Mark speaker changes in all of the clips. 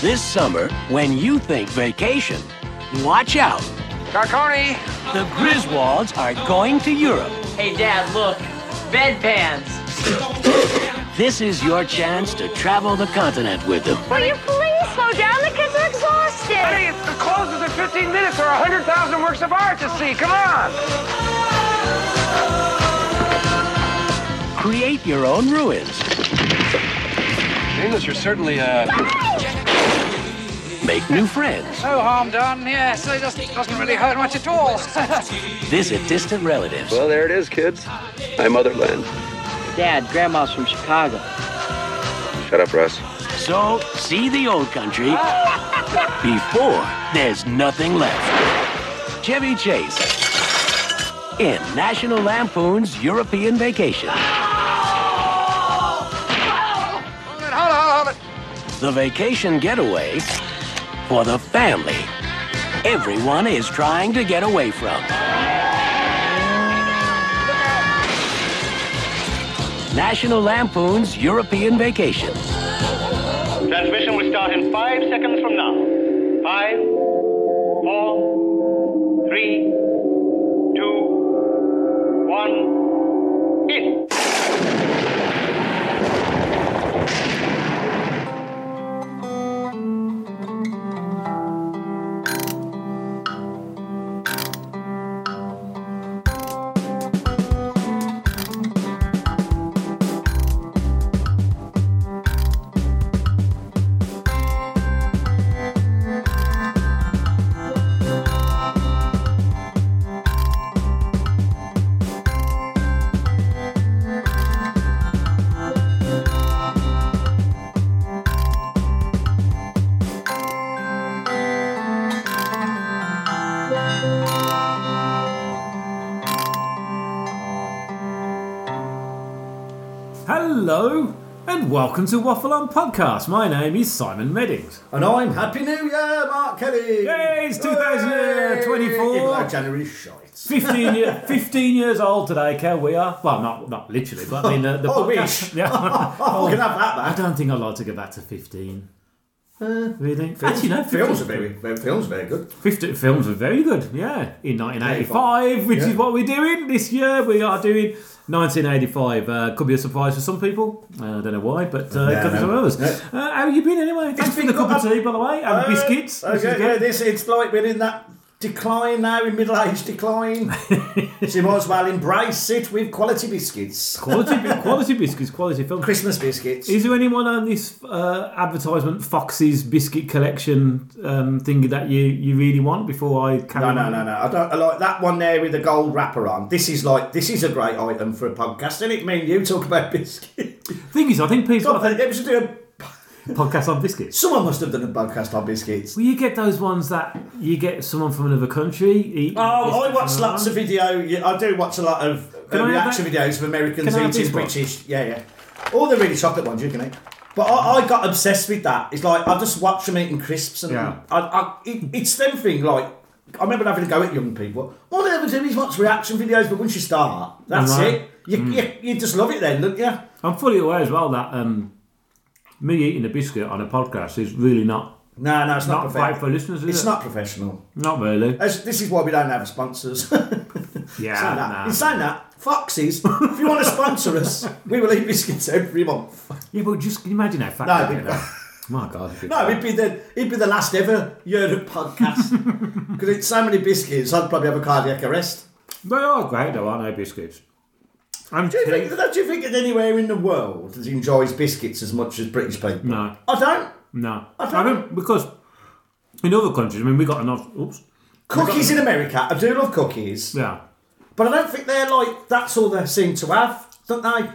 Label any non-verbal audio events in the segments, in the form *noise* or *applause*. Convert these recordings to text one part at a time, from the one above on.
Speaker 1: This summer, when you think vacation, watch out.
Speaker 2: Carcone!
Speaker 1: The Griswolds are going to Europe.
Speaker 3: Hey, Dad, look. Bedpans.
Speaker 1: This is your chance to travel the continent with them.
Speaker 4: Will you please slow down? The kids are exhausted.
Speaker 2: Hey, it closes in 15 minutes or 100,000 works of art to see. Come on!
Speaker 1: Create your own ruins.
Speaker 2: English, you're certainly, uh...
Speaker 1: Make new friends.
Speaker 2: No harm done, yes. It just doesn't really hurt much at all. *laughs*
Speaker 1: Visit distant relatives.
Speaker 5: Well, there it is, kids. My motherland.
Speaker 3: Dad, Grandma's from Chicago.
Speaker 5: Shut up, Russ.
Speaker 1: So, see the old country before there's nothing left. Chevy Chase in National Lampoon's European Vacation.
Speaker 2: hold it, hold it, hold it.
Speaker 1: The vacation getaway for the family everyone is trying to get away from. National Lampoon's European Vacation.
Speaker 6: Transmission will start in five seconds from now. Five, four, three, two, one, in.
Speaker 7: Hello and welcome to Waffle On Podcast. My name is Simon Meddings.
Speaker 8: And I'm Happy New Year, Mark Kelly!
Speaker 7: Yay, it's 2024.
Speaker 8: Even though January shite.
Speaker 7: 15,
Speaker 8: *laughs*
Speaker 7: year, 15 years old today, Kel. We are. Well, not not literally, but I mean, the, the
Speaker 8: *laughs* Oh,
Speaker 7: podcast. *laughs*
Speaker 8: wish.
Speaker 7: Yeah.
Speaker 8: *laughs* Oh, we can have that
Speaker 7: I
Speaker 8: back.
Speaker 7: don't think I'd like to go back to 15. really? *laughs* Actually, no. 15
Speaker 8: Uh, Films are very, very- films are very good.
Speaker 7: 15 films were very good, yeah, in 1985, which is
Speaker 8: Yeah.
Speaker 7: what we're doing this year. We are doing 1985. Uh, could be a surprise for some people. Uh, I don't know why, but uh,
Speaker 8: Yeah,
Speaker 7: it could be
Speaker 8: I
Speaker 7: some
Speaker 8: know.
Speaker 7: others.
Speaker 8: Yeah.
Speaker 7: Uh, how have you been anyway? Thanks for
Speaker 8: been
Speaker 7: the cup of
Speaker 8: good.
Speaker 7: tea, by the way, and
Speaker 8: Uh,
Speaker 7: biscuits. This is
Speaker 8: Okay, yeah,
Speaker 7: good.
Speaker 8: this it's like we're in that decline now, in middle age decline.
Speaker 7: *laughs*
Speaker 8: so you might as well embrace it with quality biscuits.
Speaker 7: quality, quality biscuits, quality film.
Speaker 8: Christmas biscuits.
Speaker 7: Is there anyone on this uh, advertisement, Fox's biscuit collection um, thing that you, you really want before I carry
Speaker 8: no,
Speaker 7: on?
Speaker 8: no, no, no. I don't. I like that one there with the gold wrapper on. This is like this is a great item for a podcast, isn't it? Me and you talk about *laughs* biscuits.
Speaker 7: Thing is, I think people
Speaker 8: God,
Speaker 7: like
Speaker 8: they- they should do a
Speaker 7: podcasts on biscuits.
Speaker 8: Someone must have done a podcast on biscuits.
Speaker 7: Well, you get those ones that you get someone from another country. Eating
Speaker 8: Oh,
Speaker 7: biscuits
Speaker 8: I watch
Speaker 7: from
Speaker 8: lots of
Speaker 7: another
Speaker 8: video. yeah, I do watch a lot of
Speaker 7: Can
Speaker 8: uh,
Speaker 7: I have
Speaker 8: reaction
Speaker 7: that?
Speaker 8: videos of Americans
Speaker 7: Can I have
Speaker 8: eating
Speaker 7: this one?
Speaker 8: British. Yeah, yeah. All the really chocolate ones you can eat. But I, I got obsessed with that. It's like I just watch them eating crisps, and
Speaker 7: Yeah.
Speaker 8: I, I, it, it's them thing. Like I remember having a go at young people. All they ever do is watch reaction videos, but once you start, that's
Speaker 7: Right. Mm.
Speaker 8: it. You, you, you just love it then, don't you?
Speaker 7: one. I'm fully aware as well that um, me eating a biscuit on a podcast is really not
Speaker 8: No, no, it's not,
Speaker 7: not right for
Speaker 8: professional.
Speaker 7: listeners. Is
Speaker 8: It's
Speaker 7: it?
Speaker 8: not professional.
Speaker 7: Not really.
Speaker 8: As- this is why we don't have sponsors. *laughs*
Speaker 7: Yeah.
Speaker 8: Saying that.
Speaker 7: nah.
Speaker 8: In saying that, Foxes, if you want to sponsor us, we will eat biscuits every month.
Speaker 7: Yeah, but just can you imagine how fat.
Speaker 8: No,
Speaker 7: that
Speaker 8: we-
Speaker 7: is, though? My God.
Speaker 8: No, it'd be the it'd be the last ever Europe podcast
Speaker 7: *laughs*
Speaker 8: because it's so many biscuits. I'd probably have a cardiac arrest.
Speaker 7: They are great though, aren't they? Biscuits. I'm
Speaker 8: Do you think?
Speaker 7: telling-
Speaker 8: Don't you think there's anywhere in the world that enjoys biscuits as much as British people?
Speaker 7: No.
Speaker 8: I don't.
Speaker 7: No,
Speaker 8: I
Speaker 7: I
Speaker 8: don't-
Speaker 7: mean because in other countries, I mean we got enough. Oops.
Speaker 8: Cookies in America. I do love cookies,
Speaker 7: Yeah.
Speaker 8: but I don't think they're like that's all they seem to have, don't they?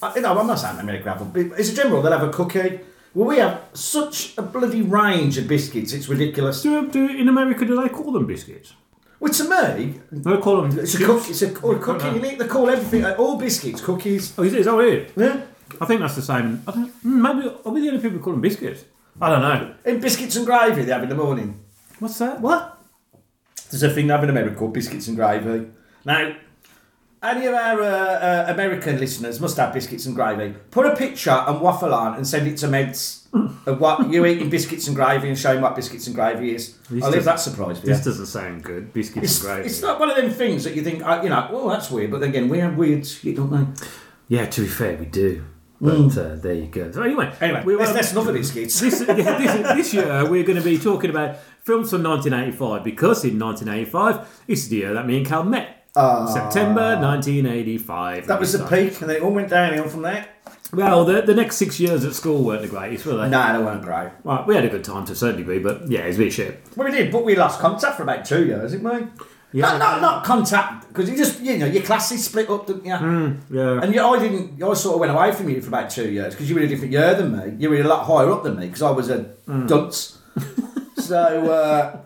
Speaker 8: I, you know, I'm not saying America have, them, but as a general, they'll have a cookie. Well, we have such a bloody range of biscuits; it's ridiculous.
Speaker 7: Do, do in America do they call them biscuits?
Speaker 8: Well, to me,
Speaker 7: They call them.
Speaker 8: It's a
Speaker 7: chips.
Speaker 8: cookie. It's a, or a cookie. You need to call everything like, all biscuits cookies.
Speaker 7: Oh, is it? Is that what it is?
Speaker 8: Yeah.
Speaker 7: I think that's the same. I don't, hmm, maybe are we the only people who call them biscuits? I don't know.
Speaker 8: In biscuits and gravy they have in the morning.
Speaker 7: What's that?
Speaker 8: What? There's a thing they have in America called biscuits and gravy. Now, Any of our uh, uh, American listeners must have biscuits and gravy. Put a picture and waffle on and send it to
Speaker 7: *laughs*
Speaker 8: Meds of what you eating biscuits and gravy and show him what biscuits and gravy is. I'll leave
Speaker 7: doesn't-
Speaker 8: that surprise for you.
Speaker 7: This doesn't sound good. Biscuits
Speaker 8: It's,
Speaker 7: and gravy.
Speaker 8: it's not one of them things that you think, uh, you know, oh, that's weird. But again, we have weird shit, don't they?
Speaker 7: Yeah, to be fair, we do. But
Speaker 8: Mm.
Speaker 7: uh, there you go. So anyway,
Speaker 8: Anyway,
Speaker 7: we
Speaker 8: that's,
Speaker 7: were-
Speaker 8: that's enough of biscuits.
Speaker 7: this, yeah, this, this year we're going to be talking about films from 1985 because in 1985 it's the year that me and Cal met. September 1985.
Speaker 8: Ah. That was the peak, and then it all went downhill from there.
Speaker 7: Well, the, the next six years at school weren't the greatest, were they?
Speaker 8: No, they weren't great.
Speaker 7: Right, we had a good time to a certain degree, but yeah, it's a bit shit.
Speaker 8: Well, we did, but we lost contact for about two years, didn't we?
Speaker 7: Yeah.
Speaker 8: Not, not, not contact, because you just, you know, your classes split up, didn't you?
Speaker 7: Hmm. Yeah.
Speaker 8: And you, I didn't, I sort of went away from you for about two years, because you were in a different year than me. You were a lot higher up than me, because I was a
Speaker 7: Hmm. *laughs*
Speaker 8: dunce. so, uh,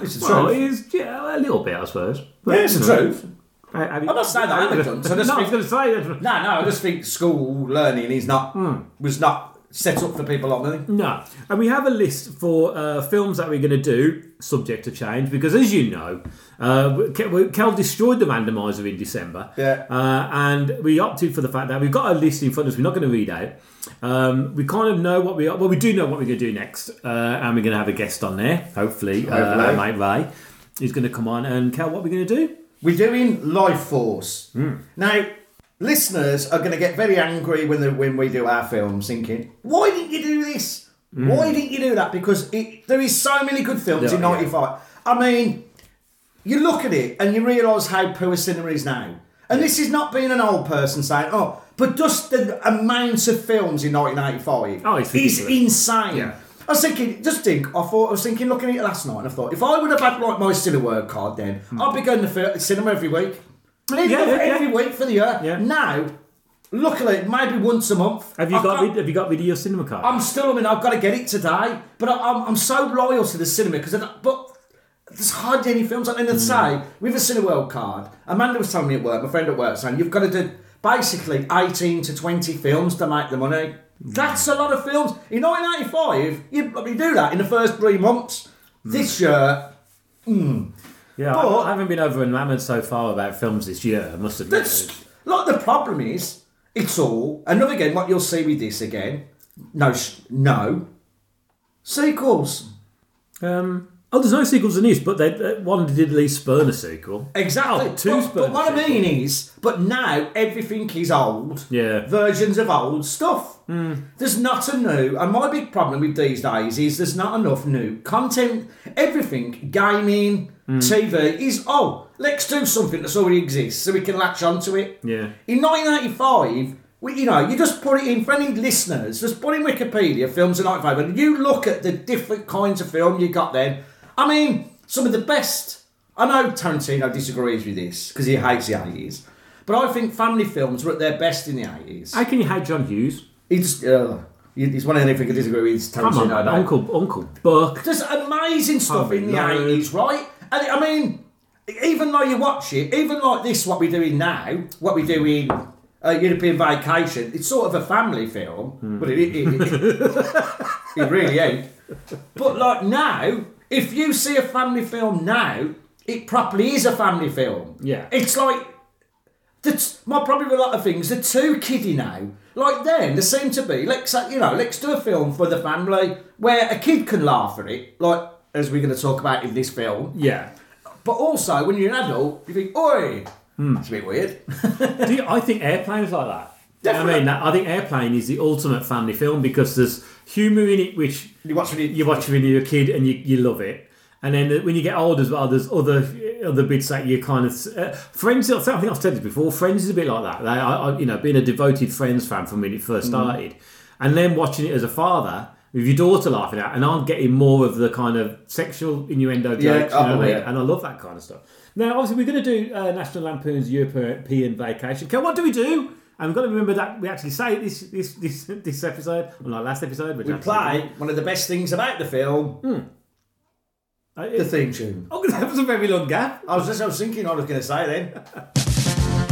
Speaker 8: it's the
Speaker 7: well,
Speaker 8: truth.
Speaker 7: it's, yeah, a little bit, I suppose. But,
Speaker 8: Yeah, it's the
Speaker 7: you know,
Speaker 8: truth.
Speaker 7: I, I mean,
Speaker 8: I'm not saying that I'm a dunce, I just
Speaker 7: *laughs* no, I was
Speaker 8: think-
Speaker 7: going to say that.
Speaker 8: No, no, I just think school learning is not,
Speaker 7: Hmm.
Speaker 8: was not set up for people like me.
Speaker 7: No. And we have a list for uh, films that we're going to do, subject to change, because as you know, uh, Ke- we- Kel destroyed the randomizer in December.
Speaker 8: Yeah.
Speaker 7: Uh, and we opted for the fact that we've got a list in front of us we're not going to read out. Um, we kind of know what we are. Well, we do know what we're going to do next. Uh, and we're going to have a guest on there, hopefully, uh, our
Speaker 8: Hopefully.
Speaker 7: mate Ray. He's going to come on. And Kel, what are we going to do?
Speaker 8: We're doing Life Force.
Speaker 7: Hmm.
Speaker 8: Now, listeners are going to get very angry when the, when we do our films, thinking, why didn't you do this?
Speaker 7: Hmm.
Speaker 8: Why didn't you do that? Because it, there is so many good films
Speaker 7: Yeah,
Speaker 8: in
Speaker 7: yeah.
Speaker 8: '95. I mean, you look at it and you realise how poor cinema is now. And this is not being an old person saying, oh, but just the amount of films in 1985
Speaker 7: Oh, it's
Speaker 8: is
Speaker 7: ridiculous.
Speaker 8: insane.
Speaker 7: Yeah.
Speaker 8: I was thinking, just think, I thought, I was thinking, looking at it last night, and I thought, if I would have had like my cinema word card then, I'd be going to the cinema every week. Maybe
Speaker 7: Hmm. yeah, yeah.
Speaker 8: every week for the year.
Speaker 7: Yeah.
Speaker 8: Now, luckily, maybe once a month.
Speaker 7: Have you
Speaker 8: I've
Speaker 7: got rid- Have you got rid of your cinema card?
Speaker 8: I'm still. I mean, I've got to get it today, but I, I'm, I'm so loyal to the cinema because. But there's hardly any films. And then say with a Cineworld card, Amanda was telling me at work, my friend at work, saying you've got to do basically 18 to 20 films to make the money. That's a lot of films. In 1985, you'd probably do that in the first three months. This year,
Speaker 7: yeah, I-
Speaker 8: but-
Speaker 7: I haven't been over enamored so far about films this year. I must admit.
Speaker 8: That's like the problem is it's all another again. What you'll see with this again, no, sh- no sequels.
Speaker 7: Um, oh, there's no sequels in this, but they, uh, one did at least spawn a sequel.
Speaker 8: Exactly.
Speaker 7: Oh, two
Speaker 8: but,
Speaker 7: spawn
Speaker 8: but what
Speaker 7: a
Speaker 8: I
Speaker 7: sequel.
Speaker 8: mean is, but now everything is old.
Speaker 7: Yeah. Hmm.
Speaker 8: Versions of old stuff. There's not a new, and my big problem with these days is there's not enough new content. Everything, gaming,
Speaker 7: Hmm.
Speaker 8: TV, is oh, let's do something that's already exists so we can latch onto it.
Speaker 7: Yeah.
Speaker 8: In 1985, we, you know, you just put it in for any listeners, just put in Wikipedia films of 95, and you look at the different kinds of film you got then. I mean, some of the best. I know Tarantino disagrees with this because he hates the 80s, but I think family films were at their best in the 80s.
Speaker 7: How can you hate John Hughes?
Speaker 8: He's, uh, he's one of anything I disagree with. is
Speaker 7: Come on,
Speaker 8: Tarantino, I know.
Speaker 7: Uncle Uncle Buck.
Speaker 8: There's amazing stuff in the
Speaker 7: Lord.
Speaker 8: 80s, right? And I mean, even though you watch it, even like this, what we're doing now, what we do in uh, European Vacation, it's sort of a family film, but it, it, it, it really ain't. But like now, if you see a family film now, it properly is a family film.
Speaker 7: Yeah.
Speaker 8: It's like the t- my problem with a lot of things are too kiddie now. Like then, there seem to be let's uh, you know let's do a film for the family where a kid can laugh at it, like as we're going to talk about in this film.
Speaker 7: Yeah.
Speaker 8: But also, when you're an adult, you think, "Oi, it's a bit weird."
Speaker 7: Do you, I think Airplane's like that. You know what I
Speaker 8: Definitely.
Speaker 7: mean, That- I think Airplane is the ultimate family film because there's humour in it, which
Speaker 8: *laughs* You watch it-
Speaker 7: you watch it when you're a kid and you, you love it. And then when you get older as well, there's other other bits that you kind of uh, Friends. I think I've said this before. Friends is a bit like that. They, I, I, you know, being a devoted Friends fan from when it first
Speaker 8: Mm.
Speaker 7: started, and then watching it as a father with your daughter laughing at, it, and I'm getting more of the kind of sexual innuendo jokes.
Speaker 8: Yeah,
Speaker 7: you know what
Speaker 8: oh,
Speaker 7: I mean?
Speaker 8: yeah.
Speaker 7: And I love that kind of stuff. Now, obviously, we're going to do uh, National Lampoon's European Vacation. Okay, what do we do? And we've got to remember that we actually say this this this, *laughs* this episode, well, not last episode.
Speaker 8: we play one of the best things about the film,
Speaker 7: Uh,
Speaker 8: the theme tune.
Speaker 7: Oh, that was a very long gap.
Speaker 8: I was just I was thinking I was going to say then.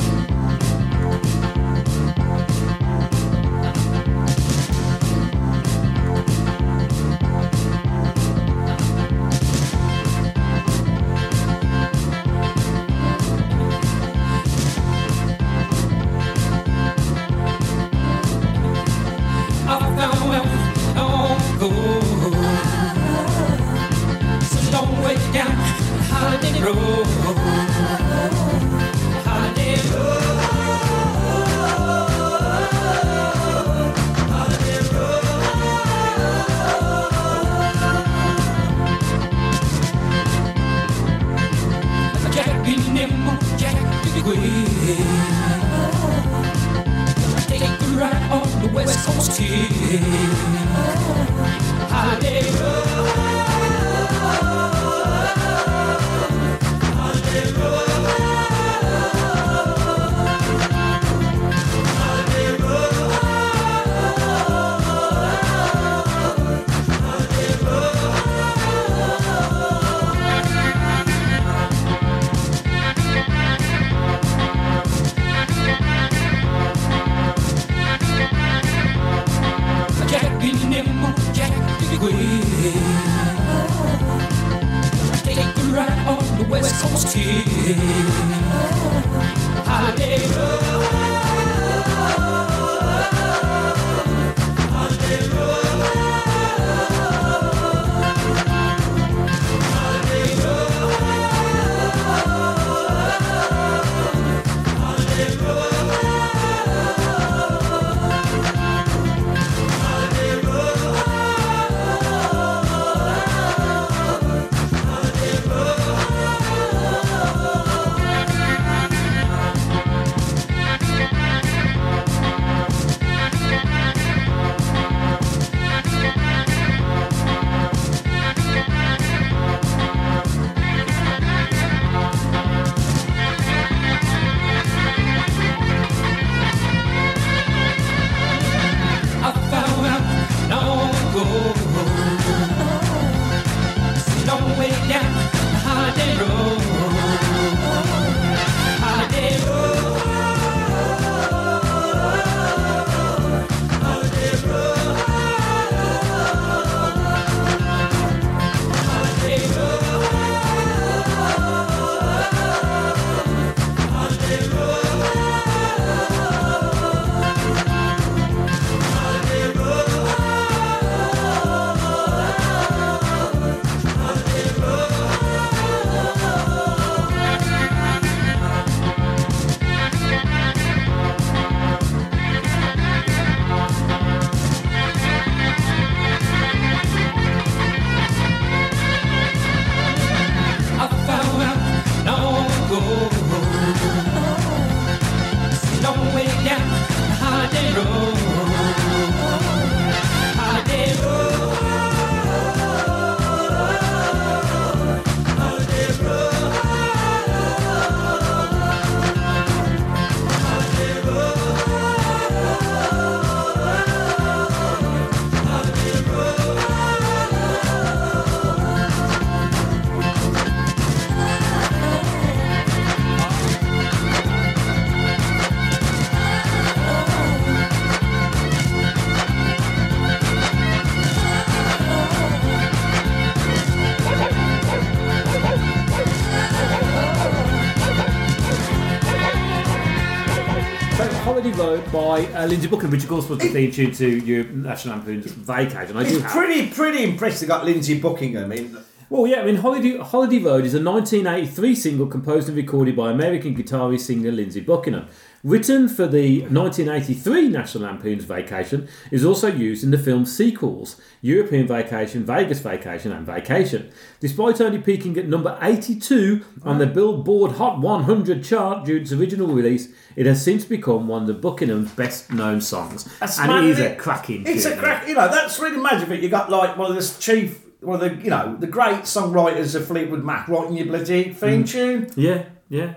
Speaker 7: also by uh, Lindsay Buckingham, which of course was the theme tune to your National Lampoon's Vacation. I do
Speaker 8: It's
Speaker 7: have.
Speaker 8: pretty, pretty impressive. They got Lindsay Buckingham in.
Speaker 7: Well, yeah, I mean, Holiday, Holiday Road is a 1983 single composed and recorded by American guitarist singer Lindsey Buckingham. Written for the 1983 National Lampoon's Vacation, is also used in the film's sequels European Vacation, Vegas Vacation, and Vacation. Despite only peaking at number 82 on the Billboard Hot 100 chart due to its original release, it has since become one of the Buckingham's best known songs.
Speaker 8: That's
Speaker 7: and
Speaker 8: mad,
Speaker 7: it is
Speaker 8: isn't
Speaker 7: a cracking
Speaker 8: It's
Speaker 7: tune.
Speaker 8: a crack. You know, that's really magic. You got like one of the chief, one of the you know the great songwriters of Fleetwood Mac writing your bloody theme
Speaker 7: Mm.
Speaker 8: tune.
Speaker 7: Yeah, yeah.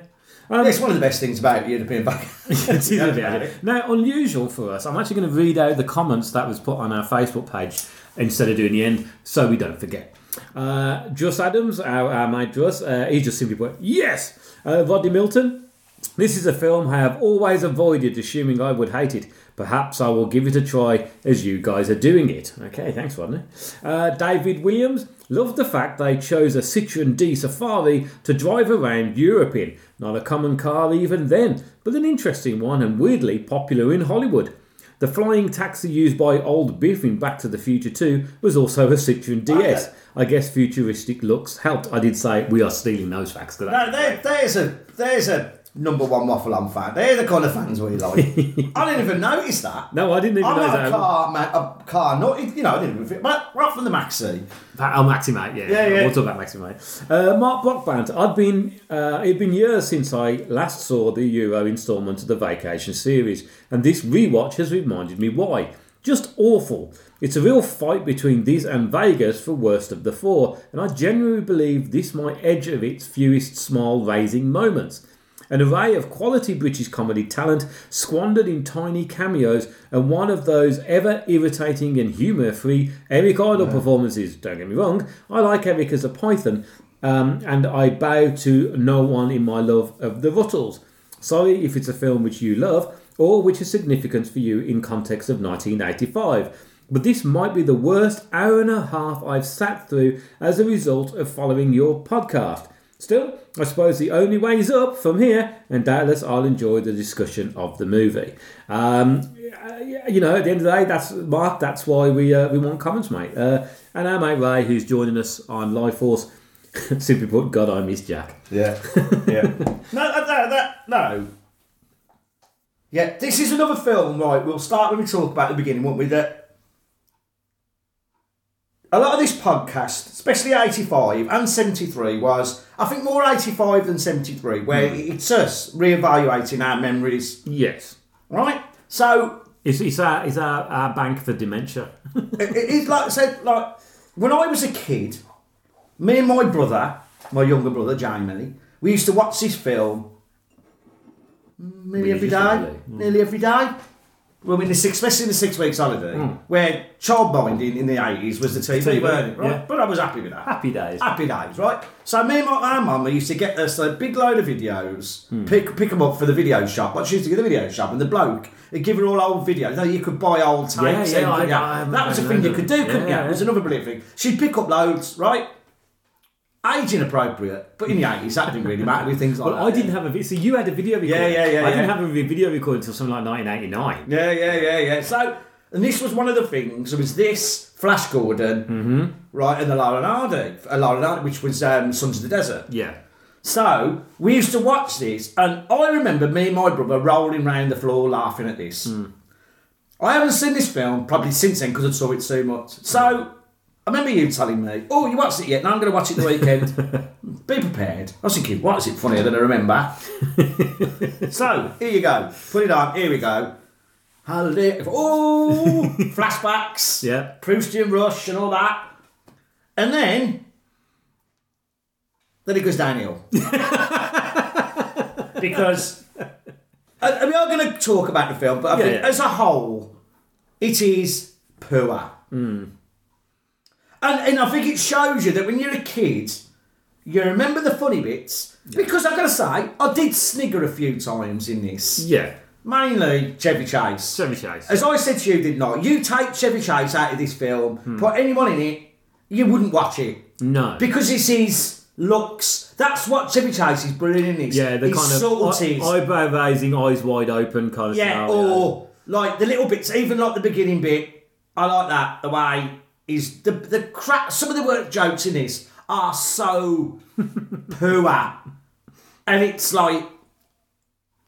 Speaker 8: It's one of the best things about European back.
Speaker 7: Um, *laughs*
Speaker 8: *laughs*
Speaker 7: It is a bit out of- Now, unusual for us, I'm actually going to read out the comments that was put on our Facebook page instead of doing the end, so we don't forget. Uh, Just Adams, our, our mate Just, uh, he just simply put, yes! Uh, Rodney Milton, this is a film I have always avoided, assuming I would hate it. Perhaps I will give it a try as you guys are doing it. Okay, thanks, Rodney. Uh, David Williams, loved the fact they chose a Citroen D Safari to drive around Europe in. Not a common car even then, but an interesting one and weirdly popular in Hollywood. The flying taxi used by Old Biff in Back to the Future 2 was also a Citroen DS. I guess futuristic looks helped. I did say we are stealing those facts. 'cause that's
Speaker 8: No, there, there's a there's a number one waffle on fan. They're the kind of fans we
Speaker 7: *laughs*
Speaker 8: like. I didn't even notice that.
Speaker 7: No, I didn't even
Speaker 8: I'm
Speaker 7: know
Speaker 8: not
Speaker 7: that.
Speaker 8: a car man, a car not you know I didn't even fit. But right from the Maxi,
Speaker 7: That- Oh, Maximate, yeah.
Speaker 8: Yeah, yeah.
Speaker 7: We'll talk about Maximate. Uh, Mark Blockband. I've been. Uh, it'd been years since I last saw the Euro instalment of the Vacation series, and this rewatch has reminded me why. Just awful. It's a real fight between these and Vegas for worst of the four, and I genuinely believe this might edge of its fewest smile-raising moments. An array of quality British comedy talent squandered in tiny cameos and one of those ever irritating and humour free Eric Idle performances. Don't get me wrong, I like Eric as a python um, and I bow to no one in my love of the Ruttles. Sorry if it's a film which you love or which is significant for you in context of 1985. But this might be the worst hour and a half I've sat through as a result of following your podcast. Still, I suppose the only way is up from here, and doubtless I'll enjoy the discussion of the movie. Um, yeah, you know, at the end of the day, that's Mark. That's why we uh, we want comments, mate. Uh, and our mate Ray, who's joining us on Life Force, *laughs* simply put, God, I miss Jack.
Speaker 8: Yeah, yeah. no, that, that, that, no. Yeah, this is another film, right? We'll start when we talk about the beginning, won't we? That a lot of this podcast, especially '85 and '73, was I think more '85 than '73, where it's us reevaluating our memories,
Speaker 7: *laughs* Yes,
Speaker 8: right? So
Speaker 7: it's it's our it's our, our bank for dementia.
Speaker 8: it, it is like I said, like when I was a kid, me and my brother, my younger brother Jamie, we used to watch this film nearly every day,
Speaker 7: Religiously.
Speaker 8: nearly every day. Well, in the six, especially in the six weeks holiday, where childminding in the eighties was the TV,
Speaker 7: TV,
Speaker 8: weren't it? Right?
Speaker 7: yeah.
Speaker 8: But I was *laughs* happy with
Speaker 7: *laughs*
Speaker 8: that.
Speaker 7: Happy days.
Speaker 8: Happy days, right? So me and my our mum used to get us a big load of videos,
Speaker 7: Hmm.
Speaker 8: pick pick them up for the video shop. Like she used to get the video shop, and the bloke would give her all old videos. Now you could buy old tapes.
Speaker 7: Yeah, yeah,
Speaker 8: and-
Speaker 7: I-
Speaker 8: yeah.
Speaker 7: I- I
Speaker 8: that was a thing you could do, couldn't
Speaker 7: Yeah,
Speaker 8: you? It was another brilliant thing. She'd pick up loads, right? Age inappropriate, but in the eighties that didn't really matter with things like
Speaker 7: Well,
Speaker 8: that.
Speaker 7: I didn't have a video. So you had a video recorder.
Speaker 8: yeah, yeah,
Speaker 7: I didn't
Speaker 8: yeah.
Speaker 7: have a re- video recorder until something like 1989.
Speaker 8: Yeah, yeah, yeah, yeah. So, and this was one of the things. It was this Flash Gordon,
Speaker 7: Mm-hmm.
Speaker 8: right, and the La La Nardi, uh, La La Nardi, which was um, Sons of the Desert.
Speaker 7: Yeah.
Speaker 8: So we used to watch this, and I remember me and my brother rolling round the floor laughing at this. I haven't seen this film probably since then because I saw it so much. So I remember you telling me, "Oh, you watched it yet? Now I'm going to watch it the weekend. Be prepared." I was thinking, "What is it funnier than I remember?" so here you go. Put it on. Here we go. Holiday. Oh, flashbacks.
Speaker 7: Yeah.
Speaker 8: Proustian Rush and all that. And then, then it goes downhill. because, and and we are going to talk about the film, but I
Speaker 7: Yeah,
Speaker 8: think
Speaker 7: yeah.
Speaker 8: as a whole, it is poor.
Speaker 7: Hmm.
Speaker 8: And, and I think it shows you that when you're a kid, you remember the funny bits. Because I've got to say, I did snigger a few times in this.
Speaker 7: Yeah.
Speaker 8: Mainly Chevy Chase.
Speaker 7: Chevy Chase.
Speaker 8: As I said to you, did not you take Chevy
Speaker 7: Hmm.
Speaker 8: Chase out of this film? Put anyone in it, you wouldn't watch it
Speaker 7: No.
Speaker 8: because this is looks. That's what Chevy Chase is brilliant in. Is,
Speaker 7: Yeah, the
Speaker 8: his
Speaker 7: kind of
Speaker 8: subtleties.
Speaker 7: eye- eyebrow raising, eyes wide open kind of
Speaker 8: yeah,
Speaker 7: scenario.
Speaker 8: or like the little bits, even like the beginning bit. I like that the way is the the crap. Some of the work jokes in this are so *laughs* pooer, and it's like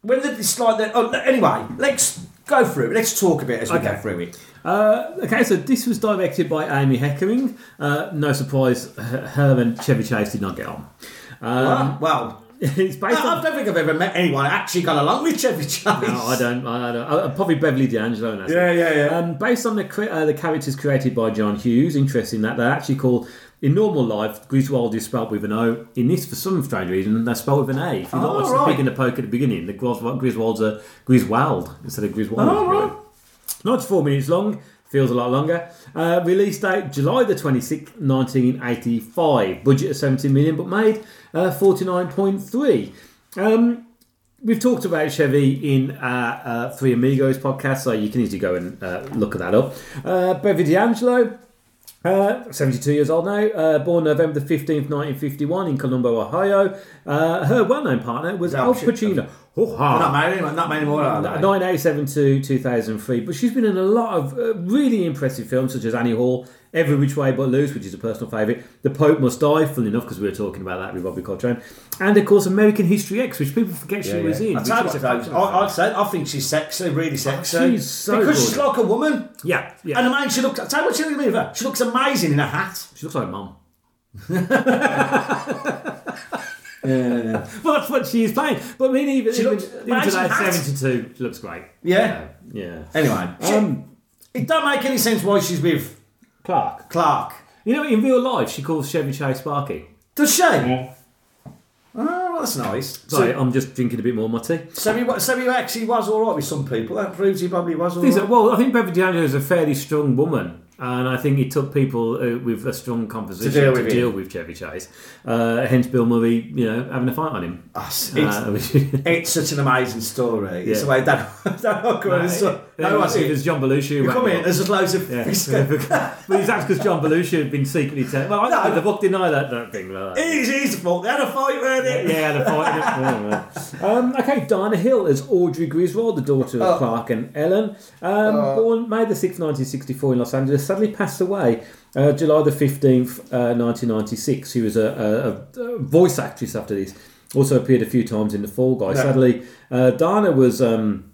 Speaker 8: when the it's like the, oh, anyway. Let's go through. it. Let's talk a bit as we go
Speaker 7: Okay.
Speaker 8: through it.
Speaker 7: Uh, okay, so this was directed by Amy Heckering. Uh, no surprise, h- her and Chevy Chase did not get on. *laughs* Um,
Speaker 8: Huh? well,
Speaker 7: It's based
Speaker 8: I, I
Speaker 7: on.
Speaker 8: don't think I've ever met anyone actually gone along with Chevy
Speaker 7: *laughs*
Speaker 8: Chase.
Speaker 7: No, I don't. I don't. Uh, probably Beverly D'Angelo. And that's
Speaker 8: *laughs* Yeah,
Speaker 7: it.
Speaker 8: yeah, yeah.
Speaker 7: Um, based on the cre- uh, the characters created by John Hughes. Interesting that they're actually called in normal life Griswold is spelled with an O. In this, for some strange reason, they're spelled with an A. If you
Speaker 8: Oh,
Speaker 7: not watched
Speaker 8: right.
Speaker 7: the Pig and the Poke at the beginning, the Griswold, Griswold's a Griswold instead of Griswold.
Speaker 8: Oh, right.
Speaker 7: 94 minutes long. Feels a lot longer. Uh, release date July the 26th, 1985. Budget of 17 million, but made uh, 49.3. Um, we've talked about Chevy in our uh, Three Amigos podcast, so you can easily go and uh, look at that up. Uh, Beverly D'Angelo. Uh, 72 years old now, uh, born November the 15th, 1951, in Colombo, Ohio. Uh, her well known partner was
Speaker 8: No,
Speaker 7: Al
Speaker 8: shit.
Speaker 7: Pacino. Ho-ha.
Speaker 8: Not made anyone. Not made anyone. Are they?
Speaker 7: 1987 to 2003, but she's been in a lot of uh, really impressive films such as Annie Hall, Every Which Way But Loose, which is a personal favourite, The Pope Must Die, funnily enough, because we were talking about that with Robbie Coltrane, and of course American History X, which people forget she was in.
Speaker 8: I
Speaker 7: which
Speaker 8: tell you
Speaker 7: is
Speaker 8: what,
Speaker 7: a
Speaker 8: though,
Speaker 7: personal
Speaker 8: I, I,
Speaker 7: favourite.
Speaker 8: say, I think she's sexy, really sexy.
Speaker 7: Oh, she's so
Speaker 8: because
Speaker 7: good.
Speaker 8: she's like a woman.
Speaker 7: yeah, yeah.
Speaker 8: And a man, she looks. I tell you what, she looks like her. She looks amazing in a hat.
Speaker 7: she looks like *laughs* mum. Well, that's what she is playing. But I mean, even,
Speaker 8: She
Speaker 7: even,
Speaker 8: looks-
Speaker 7: even
Speaker 8: well,
Speaker 7: to
Speaker 8: she's
Speaker 7: that
Speaker 8: hot.
Speaker 7: 72, she looks great.
Speaker 8: Yeah.
Speaker 7: Yeah.
Speaker 8: Anyway,
Speaker 7: Um,
Speaker 8: it don't make any sense why she's with
Speaker 7: Clark.
Speaker 8: Clark.
Speaker 7: You know, in real life, she calls Chevy Chase Sparky.
Speaker 8: Does she? Oh, well, that's nice.
Speaker 7: Sorry,
Speaker 8: So,
Speaker 7: I'm just drinking a bit more of my tea.
Speaker 8: so, he, wa- so he actually was all right with some people. That proves he probably was all
Speaker 7: Things
Speaker 8: right.
Speaker 7: that- well, I think Beverly D'Angelo is a fairly strong woman, and I think it took people uh, with a strong composition to
Speaker 8: deal
Speaker 7: deal with,
Speaker 8: with it.
Speaker 7: Chevy Chase. Uh, hence, Bill Murray, you know, having a fight on him. *laughs*
Speaker 8: Ah, It's,
Speaker 7: Uh,
Speaker 8: *laughs*
Speaker 7: which-
Speaker 8: it's such an amazing story. It's
Speaker 7: Yeah.
Speaker 8: the way *laughs* that that Hooker and his son. No,
Speaker 7: Uh,
Speaker 8: I see.
Speaker 7: it was John Belushi. who
Speaker 8: You
Speaker 7: whacked
Speaker 8: come
Speaker 7: him
Speaker 8: in.
Speaker 7: up.
Speaker 8: There's just loads
Speaker 7: *laughs*
Speaker 8: of. *laughs*
Speaker 7: yeah. *laughs* but it's that's because John Belushi had been secretly. Te- well, I don't
Speaker 8: No.
Speaker 7: think the book deny that, that thing. Like that.
Speaker 8: It's his fault. They had a fight, weren't it?
Speaker 7: yeah, the fight. yeah, yeah. Um, okay, Diana Hill is Audrey Griswold, the daughter of Clark and Ellen. Um, born May the 6th, 1964 in Los Angeles. Sadly passed away uh, July the 15th, uh, 1996. She was a, a, a voice actress after this. Also appeared a few times in The Fall Guy. Sadly, uh, Diana was... Um,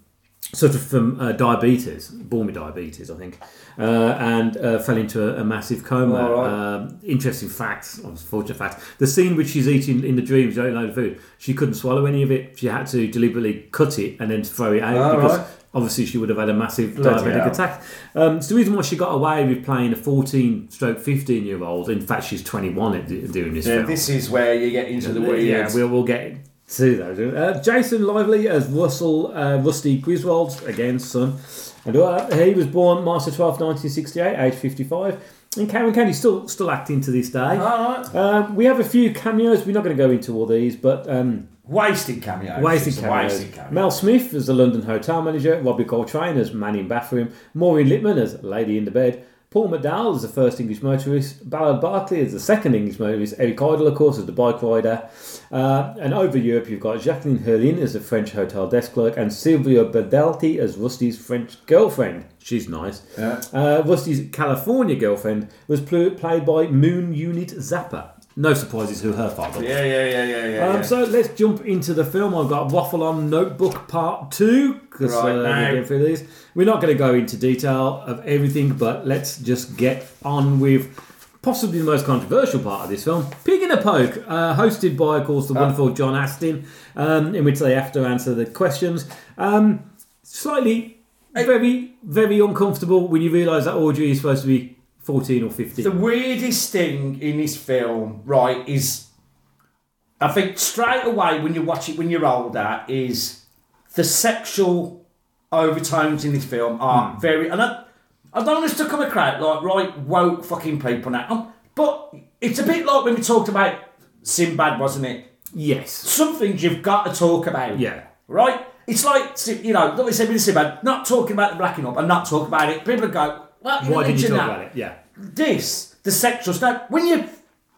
Speaker 7: sort of from uh, diabetes, born with diabetes, I think, uh, and uh, fell into a, a massive coma.
Speaker 8: All right.
Speaker 7: Um, interesting fact, unfortunate fact. The scene which she's eating in the dreams, don't load of food, she couldn't swallow any of it. She had to deliberately cut it and then throw it out
Speaker 8: All
Speaker 7: because
Speaker 8: right.
Speaker 7: obviously she would have had a massive
Speaker 8: Bloody
Speaker 7: diabetic
Speaker 8: hell.
Speaker 7: attack. Um, it's the reason why she got away with playing a 14 stroke 15 year old. In fact, she's 21 at doing this
Speaker 8: Yeah,
Speaker 7: film.
Speaker 8: this is where you get into the
Speaker 7: Uh,
Speaker 8: weeds.
Speaker 7: Yeah, we'll, we'll get to those. Uh, Jason Lively as Russell uh, Rusty Griswold, again, son. And uh, he was born March the 12th, 1968, age 55. And Karen Candy's still still acting to this day.
Speaker 8: Alright.
Speaker 7: Um, we have a few cameos. We're not going to go into all these, but um,
Speaker 8: Wasted cameo.
Speaker 7: wasted
Speaker 8: It's a
Speaker 7: cameos.
Speaker 8: Wasted cameo.
Speaker 7: Mel Smith as the London hotel manager, Robbie Coltrane as man in bathroom, Maureen Lipman as lady in the bed, Paul McDowell as the first English motorist, Ballard Barkley as the second English motorist, Eric Idle, of course, as the bike rider, uh, and over Europe you've got Jacqueline Herlin as the French hotel desk clerk and Silvio Bedelti as Rusty's French girlfriend. She's nice.
Speaker 8: Yeah.
Speaker 7: Uh, Rusty's California girlfriend was pl- played by Moon Unit Zappa. No surprises who her father was.
Speaker 8: Yeah, yeah, yeah, yeah, yeah. yeah.
Speaker 7: Um, so let's jump into the film. I've got Waffle on Notebook Part 2 because
Speaker 8: Right,
Speaker 7: uh,
Speaker 8: now.
Speaker 7: we're going through these. We're not going to go into detail of everything, but let's just get on with possibly the most controversial part of this film Pig in a Poke, uh, hosted by, of
Speaker 8: Ah.
Speaker 7: course, the wonderful John Astin, um, in which they have to answer the questions. Um, slightly, very, very uncomfortable when you realise that Audrey is supposed to be 14 or 15.
Speaker 8: the weirdest thing in this film, right, is I think straight away when you watch it when you're older is the sexual overtones in this film are
Speaker 7: Hmm.
Speaker 8: very and I, I don't want us to come across like right woke fucking people now, um, but it's a bit like when we talked about Sinbad, wasn't it?
Speaker 7: yes.
Speaker 8: Some things you've got to talk about.
Speaker 7: Yeah.
Speaker 8: Right? It's like, you know, like we said with Sinbad, not talking about the blacking up and not talking about it. People go, well,
Speaker 7: Why did you
Speaker 8: mention
Speaker 7: talk
Speaker 8: that
Speaker 7: about it? Yeah.
Speaker 8: this, the sexual stuff, when you're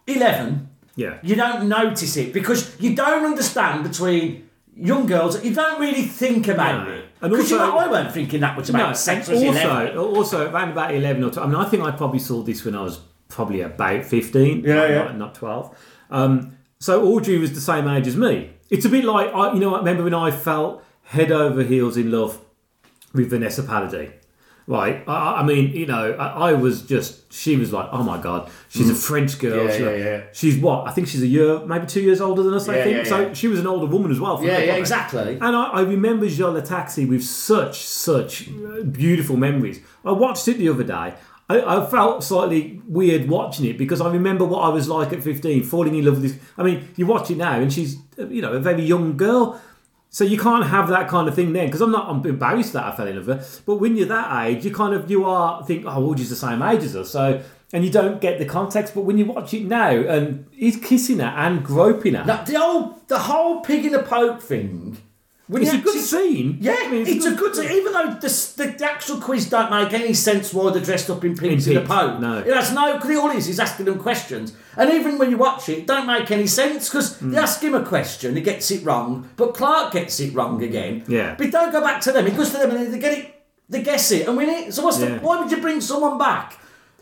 Speaker 8: 11,
Speaker 7: Yeah.
Speaker 8: You don't notice it because you don't understand between young girls. You don't really think about
Speaker 7: No.
Speaker 8: it.
Speaker 7: And
Speaker 8: Because you
Speaker 7: also-
Speaker 8: know, I weren't thinking that much about
Speaker 7: No,
Speaker 8: sex.
Speaker 7: and
Speaker 8: Was
Speaker 7: also,
Speaker 8: 11.
Speaker 7: also around about eleven or twelve. I mean, I think I probably saw this when I was probably about fifteen.
Speaker 8: Yeah,
Speaker 7: not,
Speaker 8: yeah.
Speaker 7: Not, not twelve. Um, so Audrey was the same age as me. It's a bit like I, you know, I remember when I felt head over heels in love with Vanessa Paradis. Right, I- I, I mean, you know, I, I was just, she was like, oh my god, she's a French girl.
Speaker 8: Mm. Yeah,
Speaker 7: She's
Speaker 8: yeah,
Speaker 7: like-
Speaker 8: yeah.
Speaker 7: She's what? I think she's a year, maybe two years older than us. I
Speaker 8: Yeah,
Speaker 7: think
Speaker 8: yeah,
Speaker 7: so.
Speaker 8: yeah.
Speaker 7: She was an older woman as well. for
Speaker 8: Yeah,
Speaker 7: me, wasn't
Speaker 8: yeah,
Speaker 7: it?
Speaker 8: exactly.
Speaker 7: And I, I remember Jean Le Taxi with such, such uh, beautiful memories. I watched it the other day. I, I felt slightly weird watching it because I remember what I was like at 15, falling in love with this. I mean, you watch it now and she's, uh, you know, a very young girl. So you can't have that kind of thing then because I'm not, I'm embarrassed that I fell in love with her. But when you're that age, you kind of, you are, think, oh, well, she's the same age as us. So, and you don't get the context. But when you watch it now and he's kissing her and groping her.
Speaker 8: That- the old, the whole pig in the poke thing. When
Speaker 7: it's
Speaker 8: you
Speaker 7: a good
Speaker 8: actually-
Speaker 7: scene.
Speaker 8: Yeah,
Speaker 7: I mean,
Speaker 8: it's, a good. Even though the, s- the, the actual quiz don't make any sense why they're dressed up in pigs
Speaker 7: In
Speaker 8: in, the
Speaker 7: pigs,
Speaker 8: poke.
Speaker 7: no.
Speaker 8: it has no. Cause all it is is asking them questions, and even when you watch it, it don't make any sense because they
Speaker 7: Hmm.
Speaker 8: ask him a question, he gets it wrong, but Clark gets it wrong again.
Speaker 7: Yeah.
Speaker 8: but don't go back to them. It goes to them, and they get it. They guess it and win it. So what's
Speaker 7: Yeah.
Speaker 8: the, why would you bring someone back?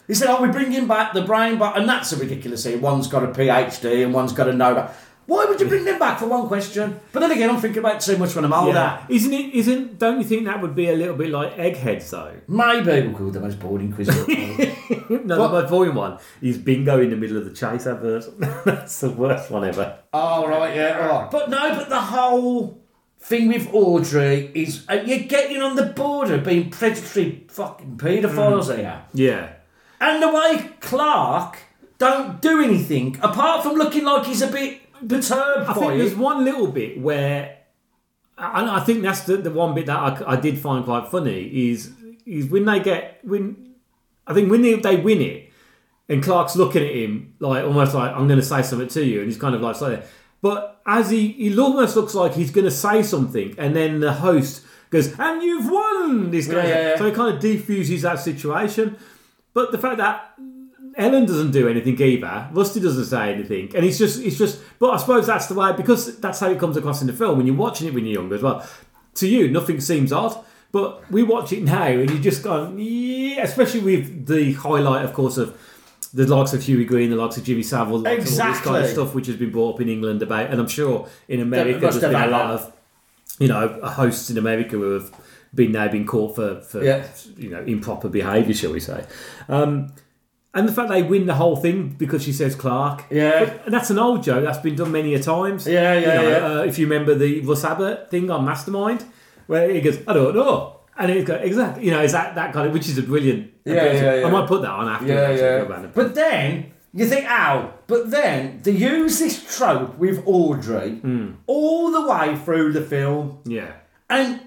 Speaker 8: He said, "Oh, we bring him back the brain, but and that's a ridiculous thing. One's got a PhD and one's got a no." no." Why would you bring them back for one question? But then again, I'm thinking about it too much when I'm older.
Speaker 7: Yeah. Isn't it? Isn't? Don't you think that would be a little bit like Eggheads though?
Speaker 8: Maybe we'll call it the most boring quiz. of
Speaker 7: *laughs*
Speaker 8: all time.
Speaker 7: No, the most boring one is Bingo in the middle of the chase advert. *laughs* That's the worst one ever.
Speaker 8: oh right, yeah. all right. But no, but the whole thing with Audrey is uh, you're getting on the border of being predatory fucking paedophiles
Speaker 7: Mm.
Speaker 8: here,
Speaker 7: Yeah.
Speaker 8: and the way Clark don't do anything apart from looking like he's a bit perturbed
Speaker 7: I
Speaker 8: by
Speaker 7: think there's
Speaker 8: it.
Speaker 7: one little bit where, and I think that's the, the one bit that I, I did find quite funny is is when they get when I think when they, they win it, and Clark's looking at him like almost like I'm going to say something to you, and he's kind of like saying, but as he he almost looks like he's going to say something, and then the host goes, and you've won this guy,
Speaker 8: yeah, yeah.
Speaker 7: so it kind of defuses that situation. But the fact that Ellen doesn't do anything either. Rusty doesn't say anything, and it's just it's just. But I suppose that's the way because that's how it comes across in the film when you're watching it when you're younger as well. To you, nothing seems odd, but we watch it now and you just go, yeah. Especially with the highlight, of course, of the likes of Huey Green, the likes of Jimmy Savile, the likes of all this kind of
Speaker 8: Exactly.
Speaker 7: stuff which has been brought up in England about, and I'm sure in America
Speaker 8: must
Speaker 7: there's been a
Speaker 8: have
Speaker 7: lot
Speaker 8: had
Speaker 7: of you know hosts in America who have been now been caught for for
Speaker 8: Yeah.
Speaker 7: you know improper behaviour, shall we say. Um, and the fact they win the whole thing because she says Clark.
Speaker 8: Yeah.
Speaker 7: But- and that's an old joke that's been done many a times.
Speaker 8: Yeah, yeah,
Speaker 7: You know,
Speaker 8: yeah.
Speaker 7: Uh, if you remember the Russ Abbott thing on Mastermind, where he goes, I don't know. And it goes, exactly. You know, is that, that kind of, which is a brilliant. a
Speaker 8: Yeah,
Speaker 7: brilliant-
Speaker 8: yeah, yeah.
Speaker 7: I might put that on after.
Speaker 8: Yeah,
Speaker 7: actually,
Speaker 8: yeah.
Speaker 7: go around and-
Speaker 8: But then you think, ow. But then they use this trope with Audrey
Speaker 7: Mm.
Speaker 8: all the way through the film.
Speaker 7: yeah.
Speaker 8: And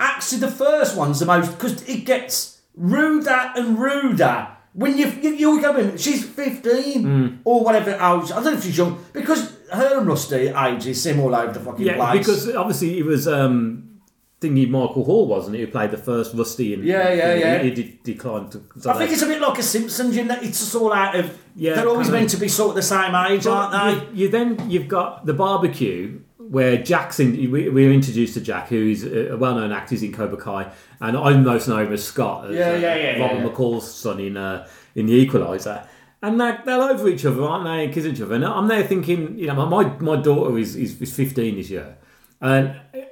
Speaker 8: actually, the first one's the most because it gets ruder and ruder. When you you, you go in, she's fifteen
Speaker 7: Mm.
Speaker 8: or whatever. Oh, I don't know if she's young because her and Rusty ages seem all over the fucking
Speaker 7: Yeah,
Speaker 8: place.
Speaker 7: because obviously it was um, thingy Michael Hall, wasn't it, who played the first Rusty and
Speaker 8: Yeah, yeah,
Speaker 7: he,
Speaker 8: yeah.
Speaker 7: He, de- declined to.
Speaker 8: I think it's a bit like a Simpsons. You know, it's just all out of.
Speaker 7: Yeah,
Speaker 8: they're always
Speaker 7: kinda.
Speaker 8: meant to be sort of the same age,
Speaker 7: Well,
Speaker 8: aren't they?
Speaker 7: You, you then you've got the barbecue where Jack's in. We, we were introduced to Jack, who is a well-known actor. He's in Cobra Kai, and I most know him as Scott, as,
Speaker 8: Yeah,
Speaker 7: uh,
Speaker 8: yeah, yeah,
Speaker 7: Robert
Speaker 8: yeah, yeah.
Speaker 7: McCall's son in uh, in The Equalizer. And they're, they're over each other, aren't they? And kiss each other. And I'm there thinking, you know, my my daughter is is, is 15 this year. And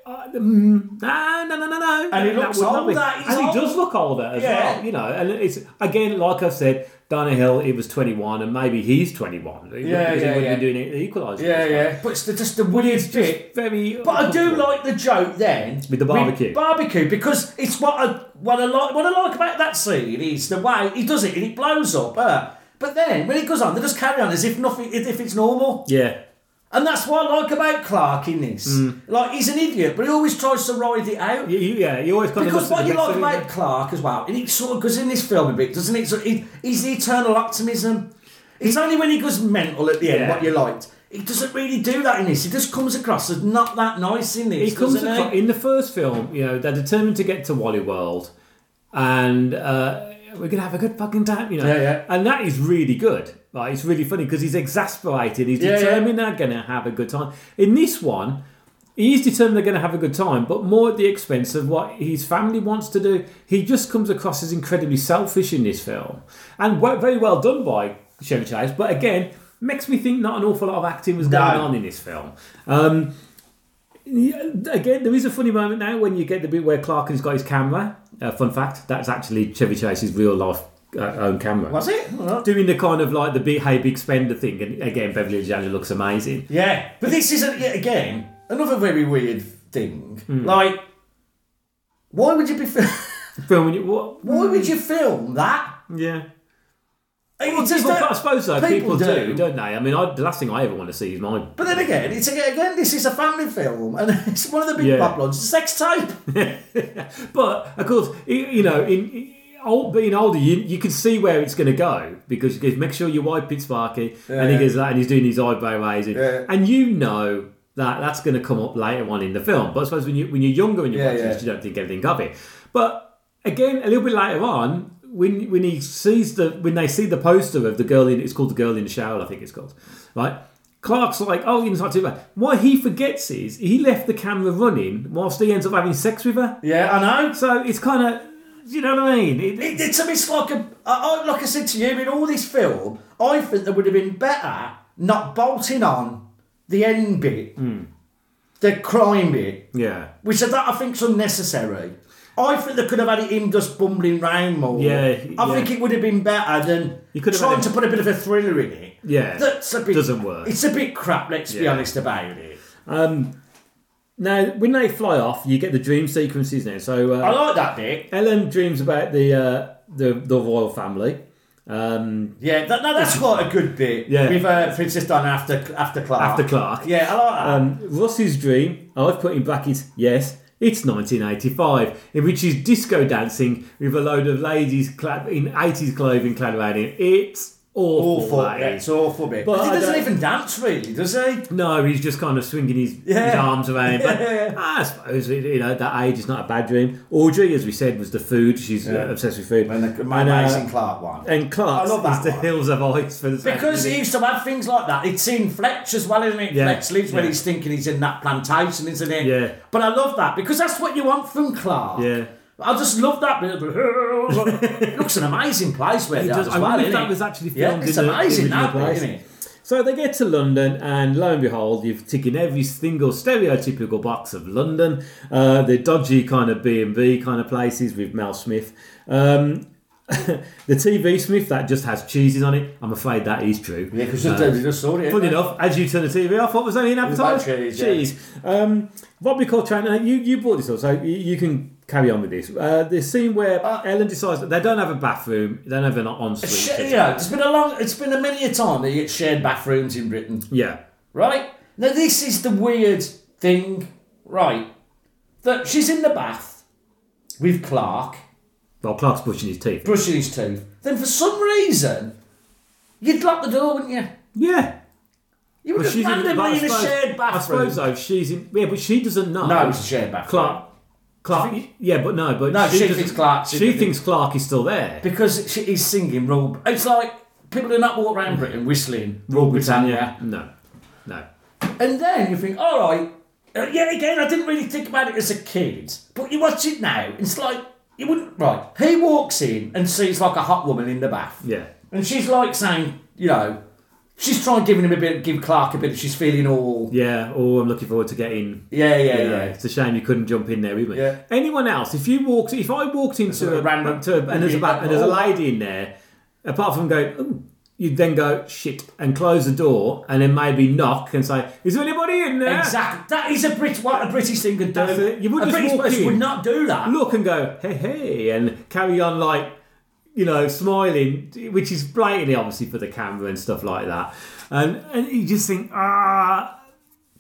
Speaker 7: uh, mm, ah, no, no, no, no.
Speaker 8: And he
Speaker 7: That
Speaker 8: looks
Speaker 7: would not be-
Speaker 8: older. He's
Speaker 7: And he
Speaker 8: old.
Speaker 7: does look older as
Speaker 8: Yeah.
Speaker 7: well, you know. And it's again, like I said, Donna Hill, it was 21, and maybe he's 21. He
Speaker 8: Yeah,
Speaker 7: because he
Speaker 8: yeah,
Speaker 7: wouldn't
Speaker 8: yeah.
Speaker 7: be doing it equalizer.
Speaker 8: Yeah, yeah. But it's the, just the weirdest bit.
Speaker 7: Very.
Speaker 8: But I do like the joke then
Speaker 7: With the barbecue.
Speaker 8: barbecue because it's what I what I like what I like about that scene is the way he does it and it blows up. uh, but then when it goes on, they just carry on as if nothing as if it's normal.
Speaker 7: Yeah.
Speaker 8: And that's what I like about Clark in this.
Speaker 7: Mm.
Speaker 8: Like he's an idiot, but he always tries to ride it out.
Speaker 7: You, you- yeah, you always kind
Speaker 8: Because
Speaker 7: of. looks
Speaker 8: what
Speaker 7: at
Speaker 8: you
Speaker 7: the
Speaker 8: like
Speaker 7: next
Speaker 8: about
Speaker 7: thing,
Speaker 8: Clark as well, and it sort of goes in this film a bit, doesn't it? So it he's the eternal optimism. It's only when he goes mental at the end
Speaker 7: Yeah.
Speaker 8: what you liked. He doesn't really do that in this. He just comes across as not that nice in this.
Speaker 7: He comes
Speaker 8: doesn't
Speaker 7: across,
Speaker 8: he?
Speaker 7: in the first film, you know, they're determined to get to Wally World, and uh, we're going to have a good fucking time, you know.
Speaker 8: Yeah, yeah.
Speaker 7: And that is really good. Like it's really funny because he's exasperated. He's
Speaker 8: Yeah, yeah.
Speaker 7: determined they're going to have a good time. In this one, he is determined they're going to have a good time, but more at the expense of what his family wants to do. He just comes across as incredibly selfish in this film, and we- very well done by Chevy Chase. But again, makes me think not an awful lot of acting was going
Speaker 8: No.
Speaker 7: on in this film. Um, yeah, again, there is a funny moment now when you get the bit where Clark has got his camera. Uh, fun fact: that's actually Chevy Chase's real life uh, own camera
Speaker 8: Was it?
Speaker 7: doing the kind of like the big hey big spender thing and again beverly hills Angel looks amazing
Speaker 8: Yeah, but this is a, yet again another very weird thing. Like, why would you be fil- *laughs*
Speaker 7: filming it what
Speaker 8: why would you film that?
Speaker 7: yeah
Speaker 8: It's just
Speaker 7: people,
Speaker 8: that-
Speaker 7: i suppose so people, do,
Speaker 8: do.
Speaker 7: don't they i mean I, the last thing i ever want to see is mine
Speaker 8: But then again, it's again, again this is a family film, and *laughs* it's one of the big
Speaker 7: Yeah.
Speaker 8: yeah. bablons. Sex
Speaker 7: *laughs*
Speaker 8: tape.
Speaker 7: but of course i- you know in, in old, being older you, you can see where it's going to go because you go, make sure you wipe it sparky and he
Speaker 8: Yeah.
Speaker 7: goes that and he's doing his eyebrow raising
Speaker 8: Yeah.
Speaker 7: and you know that that's going to come up later on in the film but i suppose when, you, when you're younger and you're
Speaker 8: Yeah,
Speaker 7: watching
Speaker 8: yeah.
Speaker 7: this you don't think anything of it but again a little bit later on when when he sees the when they see the poster of the girl in it's called the girl in the shower i think it's called right clark's like oh it's not too bad what he forgets is he left the camera running whilst he ends up having sex with her
Speaker 8: Yeah, I know.
Speaker 7: so it's kind of, you know what I mean? It-
Speaker 8: It, it's, it's like a I, I- like I said to you in all this film. I think there would have been better not bolting on the end bit,
Speaker 7: Hmm.
Speaker 8: the crime bit,
Speaker 7: yeah.
Speaker 8: which I, that I think's unnecessary. I think they could have had it in just bumbling round more.
Speaker 7: Yeah,
Speaker 8: I
Speaker 7: yeah.
Speaker 8: think it would have been better than
Speaker 7: You could have
Speaker 8: trying
Speaker 7: had a-
Speaker 8: to put a bit of a thriller in it.
Speaker 7: Yeah,
Speaker 8: that's a bit
Speaker 7: doesn't work.
Speaker 8: It's a bit crap. Let's be
Speaker 7: Yeah.
Speaker 8: honest about it.
Speaker 7: Now, when they fly off, you get the dream sequences now. So
Speaker 8: I
Speaker 7: uh,
Speaker 8: like that bit.
Speaker 7: Ellen dreams about the, uh, the the royal family. Um,
Speaker 8: Yeah, that, no, that's quite a good bit.
Speaker 7: Yeah.
Speaker 8: with uh, Princess Diana after after Clark.
Speaker 7: After Clark.
Speaker 8: Yeah, I like that.
Speaker 7: um, Ross's dream, I've put in brackets, yes, it's 1985, in which he's disco dancing with a load of ladies clad in 80s clothing clad around him. It's awful.
Speaker 8: awful.
Speaker 7: that
Speaker 8: yeah,
Speaker 7: is.
Speaker 8: it's awful bit.
Speaker 7: But
Speaker 8: But he
Speaker 7: I
Speaker 8: doesn't
Speaker 7: don't-
Speaker 8: even dance really, does he?
Speaker 7: No, he's just kind of swinging his, his
Speaker 8: Yeah.
Speaker 7: arms around.
Speaker 8: *laughs*
Speaker 7: But
Speaker 8: Yeah.
Speaker 7: I suppose you know that age is not a bad dream. Audrey, as we said, was the food. She's uh, obsessed with food.
Speaker 8: And the, my
Speaker 7: And, uh,
Speaker 8: amazing Clark one.
Speaker 7: and Clark
Speaker 8: I love that
Speaker 7: is the
Speaker 8: one.
Speaker 7: hills of ice for the
Speaker 8: Because he used to have things like that. It's in Fletch as well, isn't it?
Speaker 7: Yeah,
Speaker 8: Fletch lives when
Speaker 7: yeah.
Speaker 8: he's thinking he's in that plantation, isn't it?
Speaker 7: Yeah.
Speaker 8: But I love that because that's what you want from Clark.
Speaker 7: Yeah.
Speaker 8: I just love that bit. of- *laughs* it looks an amazing place where
Speaker 7: It
Speaker 8: that
Speaker 7: does.
Speaker 8: as
Speaker 7: I
Speaker 8: well,
Speaker 7: wonder if
Speaker 8: isn't
Speaker 7: that
Speaker 8: it?
Speaker 7: was actually
Speaker 8: yeah,
Speaker 7: filmed
Speaker 8: it's
Speaker 7: in the
Speaker 8: amazing
Speaker 7: original
Speaker 8: that, bit,
Speaker 7: place.
Speaker 8: isn't it?
Speaker 7: So they get to London, and lo and behold, you've taken every single stereotypical box of London, uh, the dodgy kind of B and B kind of places with Mel Smith. Um, *laughs* the TV Smith that just has cheeses on it. I'm afraid that is true.
Speaker 8: Yeah, because just,
Speaker 7: Uh,
Speaker 8: you just saw it.
Speaker 7: Funny
Speaker 8: yeah.
Speaker 7: enough, as you turn the TV off, what was that in
Speaker 8: was like
Speaker 7: advertised?
Speaker 8: cheese, yeah.
Speaker 7: Um, what we call Train, uh, you, you brought this up, so you, you can carry on with this. Uh, the scene where Ellen decides that they don't have a bathroom, they don't have an ensuite.
Speaker 8: Sh-
Speaker 7: suite.
Speaker 8: you know, it's been a long, it's been a many a time that you get shared bathrooms in Britain.
Speaker 7: yeah.
Speaker 8: right? Now this is the weird thing, right? That she's in the bath with Clark,
Speaker 7: Well, Clark's brushing his teeth.
Speaker 8: brushing his teeth. Then for some reason, you'd lock the door, wouldn't you?
Speaker 7: Yeah.
Speaker 8: You would
Speaker 7: Well,
Speaker 8: just randomly in,
Speaker 7: but I
Speaker 8: a
Speaker 7: suppose-
Speaker 8: shared
Speaker 7: I
Speaker 8: bathroom.
Speaker 7: suppose so. She's in. Yeah, but she doesn't know.
Speaker 8: No, it's a shared bathroom.
Speaker 7: Clark. Clark. Yeah, but no, but
Speaker 8: No, she
Speaker 7: doesn't-
Speaker 8: thinks Clark-
Speaker 7: She,
Speaker 8: she
Speaker 7: thinks Clark is still there.
Speaker 8: Because she is singing Roll. It's like people do not walk around Britain whistling Roll Britannia.
Speaker 7: No. No.
Speaker 8: And then you think, all right, uh, yeah, again, I didn't really think about it as a kid, but you watch it now, it's like, you wouldn't, right? He walks in and sees like a hot woman in the bath.
Speaker 7: Yeah.
Speaker 8: And she's like saying, you know, she's trying giving him a bit, give Clark a bit, she's feeling all,
Speaker 7: Yeah. Oh, I'm looking forward to getting.
Speaker 8: yeah, yeah, yeah.
Speaker 7: Yeah, it's a shame you couldn't jump in there with me.
Speaker 8: Yeah.
Speaker 7: Anyone else? If you walked, if I walked into
Speaker 8: a
Speaker 7: a,
Speaker 8: random-
Speaker 7: to a- and there's a ba- and there's a
Speaker 8: Oh.
Speaker 7: lady in there, apart from going, Ooh, you'd then go shit and close the door and then maybe knock and say, "Is there anybody in there?"
Speaker 8: Exactly. That is a Brit. What a British thing to do.
Speaker 7: That's it. You
Speaker 8: a
Speaker 7: wouldn't just
Speaker 8: British
Speaker 7: walk
Speaker 8: person
Speaker 7: in.
Speaker 8: would not do that.
Speaker 7: look and go, hey, hey, and carry on like, you know, smiling, which is blatantly obviously for the camera and stuff like that. And, and you just think, ah.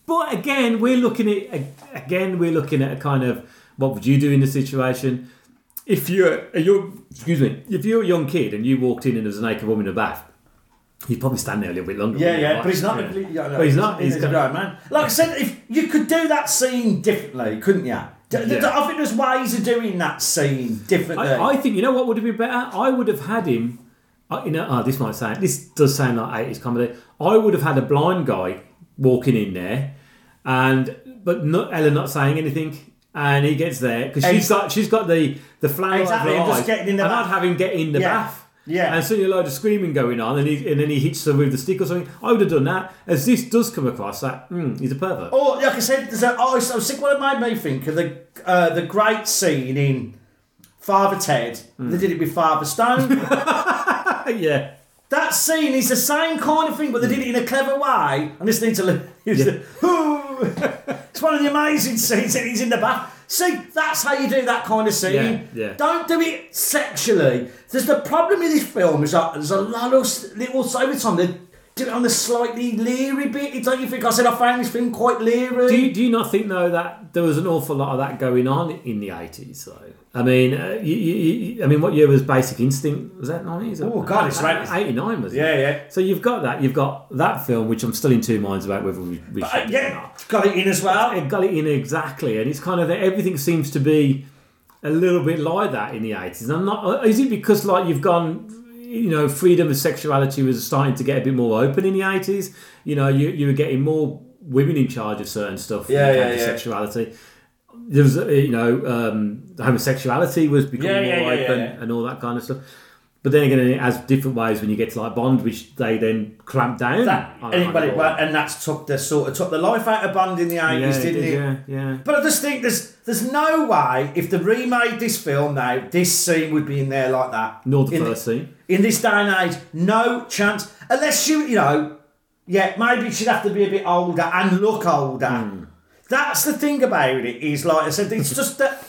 Speaker 7: But again, we're looking at, again, we're looking at a kind of, what would you do in the situation? If you're, you're, excuse me, if you're a young kid and you walked in and there was a naked woman in a bath, you'd probably stand there a little bit longer.
Speaker 8: Yeah,
Speaker 7: wouldn't you,
Speaker 8: yeah,
Speaker 7: right?
Speaker 8: but he's not.
Speaker 7: Yeah.
Speaker 8: Yeah.
Speaker 7: But he's not.
Speaker 8: He's,
Speaker 7: He's
Speaker 8: a
Speaker 7: got-
Speaker 8: grown man. Like I said, if you could do that scene differently, couldn't you? D- d-
Speaker 7: Yeah.
Speaker 8: I think there's ways of doing that scene differently.
Speaker 7: I, I think you know what would have been better. I would have had him. I, you know, oh, this might sound, this does sound like 80s comedy. I would have had a blind guy walking in there, and but not, Ellen not saying anything, and he gets there because she's
Speaker 8: Ex-
Speaker 7: got she's got the the flower
Speaker 8: Exactly,
Speaker 7: of her
Speaker 8: and just
Speaker 7: eyes,
Speaker 8: getting in the
Speaker 7: and
Speaker 8: bath.
Speaker 7: I'd have him get in the
Speaker 8: Yeah.
Speaker 7: bath.
Speaker 8: Yeah.
Speaker 7: and suddenly a load of screaming going on, and, he, and then he hits her with the stick or something. I would have done that. As this does come across, that mm, he's a pervert.
Speaker 8: Or like I said, there's a, oh, I was sick. What it made me think of the uh, the great scene in Father Ted.
Speaker 7: Mm.
Speaker 8: They did it with
Speaker 7: *laughs*
Speaker 8: Father Stone.
Speaker 7: yeah,
Speaker 8: that scene is the same kind of thing, but they did it in a clever way. I just need to look. *laughs* It's, the- *laughs* it's one of the amazing scenes that he's in the bath. See, that's how you do that kind of scene.
Speaker 7: Yeah, yeah.
Speaker 8: Don't do it sexually. There's the problem with this film is that there's a lot of s- little over time. They do it on the slightly leery bit. It's like you think I said I found this film quite leery.
Speaker 7: Do you, do you not think though that there was an awful lot of that going on in the eighties though? I mean, uh, you, you, you- I mean, what year was Basic Instinct? Was that nineties?
Speaker 8: Oh, God, it's right.
Speaker 7: eighty nine, was it?
Speaker 8: Yeah, yeah.
Speaker 7: So you've got that. You've got that film, which I'm still in two minds about whether we, we
Speaker 8: Uh,
Speaker 7: should do or
Speaker 8: yeah,
Speaker 7: not.
Speaker 8: got it in as well.
Speaker 7: It got it in exactly, and it's kind of that everything seems to be a little bit like that in the eighties. I'm not. uh, Is it because like you've gone? You know, freedom of sexuality was starting to get a bit more open in the eighties. You know, you, you were getting more women in charge of certain stuff. when it
Speaker 8: Yeah,
Speaker 7: came
Speaker 8: yeah,
Speaker 7: to
Speaker 8: yeah.
Speaker 7: Sexuality. There was, uh, you know, um, homosexuality was becoming
Speaker 8: Yeah, yeah,
Speaker 7: more
Speaker 8: yeah, yeah,
Speaker 7: open
Speaker 8: yeah.
Speaker 7: and all that kind of stuff. But then again, it has different ways when you get to like Bond, which they then clamp down.
Speaker 8: That,
Speaker 7: on-
Speaker 8: and, it-
Speaker 7: on
Speaker 8: but it-
Speaker 7: all
Speaker 8: but- and that's took the sort of took the life out of Bond in the
Speaker 7: that. yeah,
Speaker 8: eighties,
Speaker 7: it
Speaker 8: didn't
Speaker 7: did,
Speaker 8: it?
Speaker 7: yeah, yeah.
Speaker 8: But I just think there's there's no way if they remade this film now, this scene would be in there like that.
Speaker 7: Nor the
Speaker 8: in
Speaker 7: first scene.
Speaker 8: In this day and age, no chance. Unless you, you know, yeah, maybe she'd have to be a bit older and look older.
Speaker 7: Hmm.
Speaker 8: That's the thing about it is, like I said, it's just that.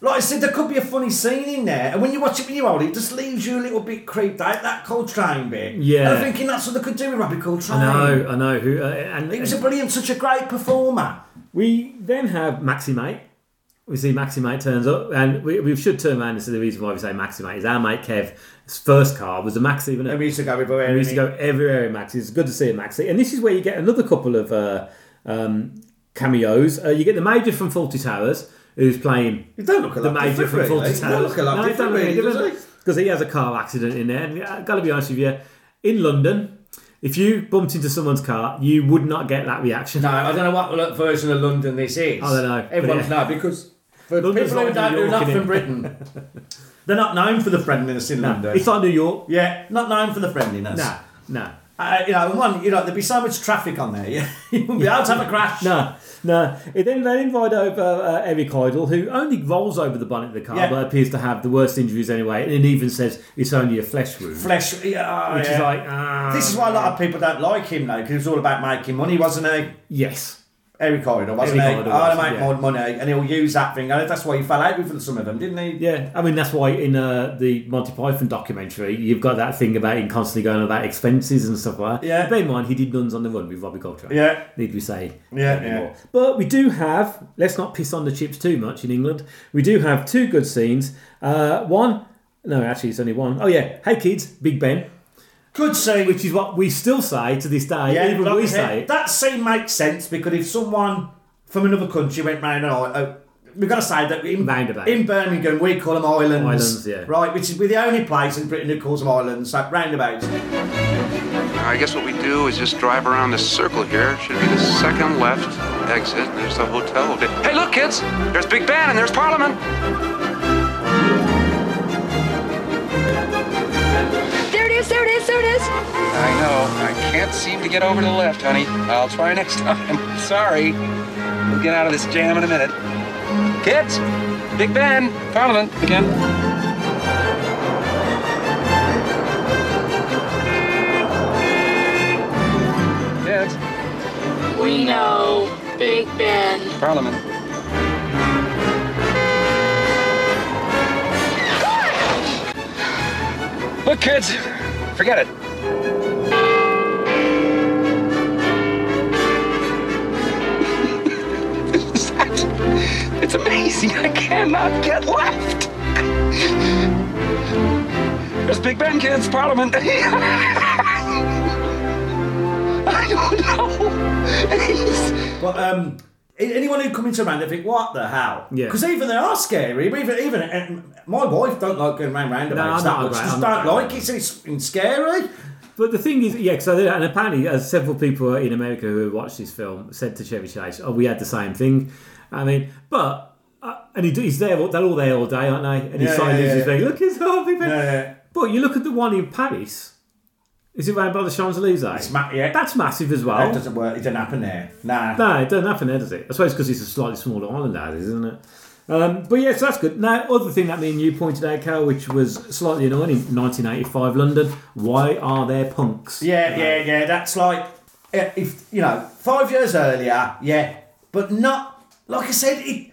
Speaker 8: Like I said, there could be a funny scene in there, and when you watch it when you're old, it just leaves you a little bit creeped out. That Coltrane bit.
Speaker 7: Yeah.
Speaker 8: And I'm thinking that's what they could do with Robbie Coltrane.
Speaker 7: I know, I know. Who uh, and
Speaker 8: He was a brilliant, such a great performer.
Speaker 7: we then have Maximate. We see Maximate turns up, and we, we should turn around and see the reason why we say Maximate is our mate Kev's first car was a Maxi, wasn't it?
Speaker 8: And we used to go everywhere.
Speaker 7: We used to go everywhere in Maxi. It's good to see a Maxi, and this is where you get another couple of uh, um, cameos. Uh, you get the Major from Faulty Towers, who's playing
Speaker 8: You don't look a
Speaker 7: the
Speaker 8: lot
Speaker 7: Major
Speaker 8: different,
Speaker 7: from
Speaker 8: really.
Speaker 7: Faulty
Speaker 8: You
Speaker 7: Towers.
Speaker 8: don't look a lot different, really, does he?
Speaker 7: because he has a car accident in there. And I've got to be honest with you, in London, if you bumped into someone's car, you would not get that reaction.
Speaker 8: No, I don't know what lo- version of London this is.
Speaker 7: I don't know,
Speaker 8: Everyone's
Speaker 7: but yeah.
Speaker 8: no, because for
Speaker 7: London's
Speaker 8: people who
Speaker 7: like
Speaker 8: don't
Speaker 7: New
Speaker 8: who are not
Speaker 7: York,
Speaker 8: from
Speaker 7: innit?
Speaker 8: Britain, *laughs* they're not known for the friendliness in London.
Speaker 7: It's like New York.
Speaker 8: yeah, not known for the friendliness.
Speaker 7: Nah, nah,
Speaker 8: Uh, you know, and one, you know, there'd be so much traffic on there. *laughs* Yeah, you wouldn't be able to have a crash.
Speaker 7: nah, nah. It then they invite over uh, Eric Idle, who only rolls over the bonnet of the car,
Speaker 8: Yeah.
Speaker 7: but appears to have the worst injuries anyway, and it even says it's only a flesh wound,
Speaker 8: Flesh. Yeah, oh,
Speaker 7: which is
Speaker 8: yeah.
Speaker 7: like ah.
Speaker 8: This is why a lot of people don't like him though, because it was all about making money, wasn't it?
Speaker 7: yes.
Speaker 8: Eric Corridor, wasn't
Speaker 7: Eric
Speaker 8: he?
Speaker 7: Corridor
Speaker 8: I
Speaker 7: was,
Speaker 8: want to make
Speaker 7: yeah.
Speaker 8: more money, and he'll use that thing. And that's why he fell out with some of them, didn't he?
Speaker 7: Yeah, I mean that's why in uh, the Monty Python documentary you've got that thing about him constantly going on about expenses and stuff like that.
Speaker 8: Yeah.
Speaker 7: Bear in mind he did Nuns on the Run with Robbie Coltrane.
Speaker 8: Yeah.
Speaker 7: Need we say
Speaker 8: Yeah,
Speaker 7: anymore.
Speaker 8: yeah.
Speaker 7: But we do have let's not piss on the chips too much in England. We do have two good scenes. Uh, one no, actually it's only one. Oh yeah. Hey kids, Big Ben.
Speaker 8: Good scene.
Speaker 7: Which is what we still say to this day,
Speaker 8: Yeah,
Speaker 7: even
Speaker 8: like I
Speaker 7: we
Speaker 8: said,
Speaker 7: say it.
Speaker 8: that scene makes sense because if someone from another country went round and I- uh, we've got to say that in,
Speaker 7: Roundabout.
Speaker 8: in Birmingham we call them islands,
Speaker 7: Islands, yeah.
Speaker 8: right? Which is we're the only place in Britain who calls them islands, like roundabouts.
Speaker 5: I guess what we do is just drive around this circle here. Should be the second left exit. and There's the hotel. Hey, look, kids! There's Big Ben and there's Parliament.
Speaker 4: There it is, there it is, there it is.
Speaker 5: I know. I can't seem to get over to the left, honey. I'll try next time. *laughs* Sorry. We'll get out of this jam in a minute. Kids, Big Ben, Parliament again. Kids,
Speaker 9: We know Big Ben.
Speaker 5: Parliament. Look, kids, forget it. *laughs* it's amazing. I cannot get left. There's Big Ben, kids, Parliament. *laughs* I don't know. *laughs*
Speaker 8: But um, Anyone who come into Random think, what the hell?
Speaker 7: Yeah.
Speaker 8: Because even they are scary. Even even um, my wife don't like going around roundabouts
Speaker 7: I'm not around-
Speaker 8: that much. She just
Speaker 7: I'm
Speaker 8: don't
Speaker 7: not-
Speaker 8: like it. It's, it's scary.
Speaker 7: But the thing is, yeah, so and apparently, uh, several people in America who watched this film said to Chevy Chase, "Oh, we had the same thing." I mean, but uh, and he, he's there; all- they're all there all day, aren't they? And he
Speaker 8: Yeah,
Speaker 7: signs
Speaker 8: yeah,
Speaker 7: his
Speaker 8: yeah.
Speaker 7: thing. Look, it's all people.
Speaker 8: yeah.
Speaker 7: But you look at the one in Paris. Is it round by the Champs Elysees?
Speaker 8: ma- yeah.
Speaker 7: That's massive as well.
Speaker 8: That doesn't work. It didn't happen there. Nah.
Speaker 7: No, it doesn't happen there, does it? I suppose because it's a slightly smaller island, that is, isn't it? Um, but yes, that's good. Now, other thing that me and you pointed out, Cal, which was slightly annoying in 1985 London, why are there punks?
Speaker 8: Yeah, yeah, yeah. That's like eh, if you know five years earlier. Yeah, but not like I said. It,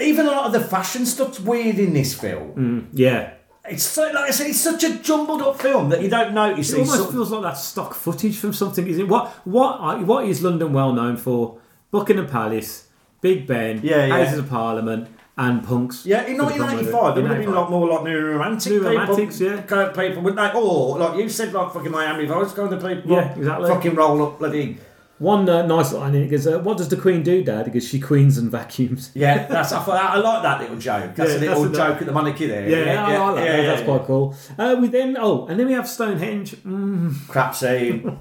Speaker 8: even a lot of the fashion stuff's weird in this film.
Speaker 7: Mm. Yeah.
Speaker 8: It's so, like I said, it's such a jumbled up film that you don't notice.
Speaker 7: It
Speaker 8: these
Speaker 7: almost
Speaker 8: sort of-
Speaker 7: feels like that's stock footage from something, is it? What what are- what is London well known for? Buckingham Palace, Big Ben,
Speaker 8: Yeah, yeah.
Speaker 7: Houses of Parliament, and punks.
Speaker 8: Yeah, in
Speaker 7: For the Cromwell,
Speaker 8: 1995, there would have been a
Speaker 7: 1995.
Speaker 8: lot more like new romantic
Speaker 7: New
Speaker 8: people.
Speaker 7: romantics, yeah.
Speaker 8: Kind of people, wouldn't they? Or, like you said, like fucking Miami Vice kind of people.
Speaker 7: Yeah, exactly.
Speaker 8: Fucking roll up bloody.
Speaker 7: One uh, nice line in it goes, uh, What does the Queen do, Dad? Because she queens and vacuums.
Speaker 8: Yeah, that's, I, thought, I like that little joke. That's
Speaker 7: Yeah,
Speaker 8: a little
Speaker 7: that's a-
Speaker 8: joke at the monarchy there.
Speaker 7: Yeah, I like that.
Speaker 8: yeah,
Speaker 7: that's
Speaker 8: yeah.
Speaker 7: quite cool. Uh, we then oh, and then we have Stonehenge. Mm,
Speaker 8: Crap scene.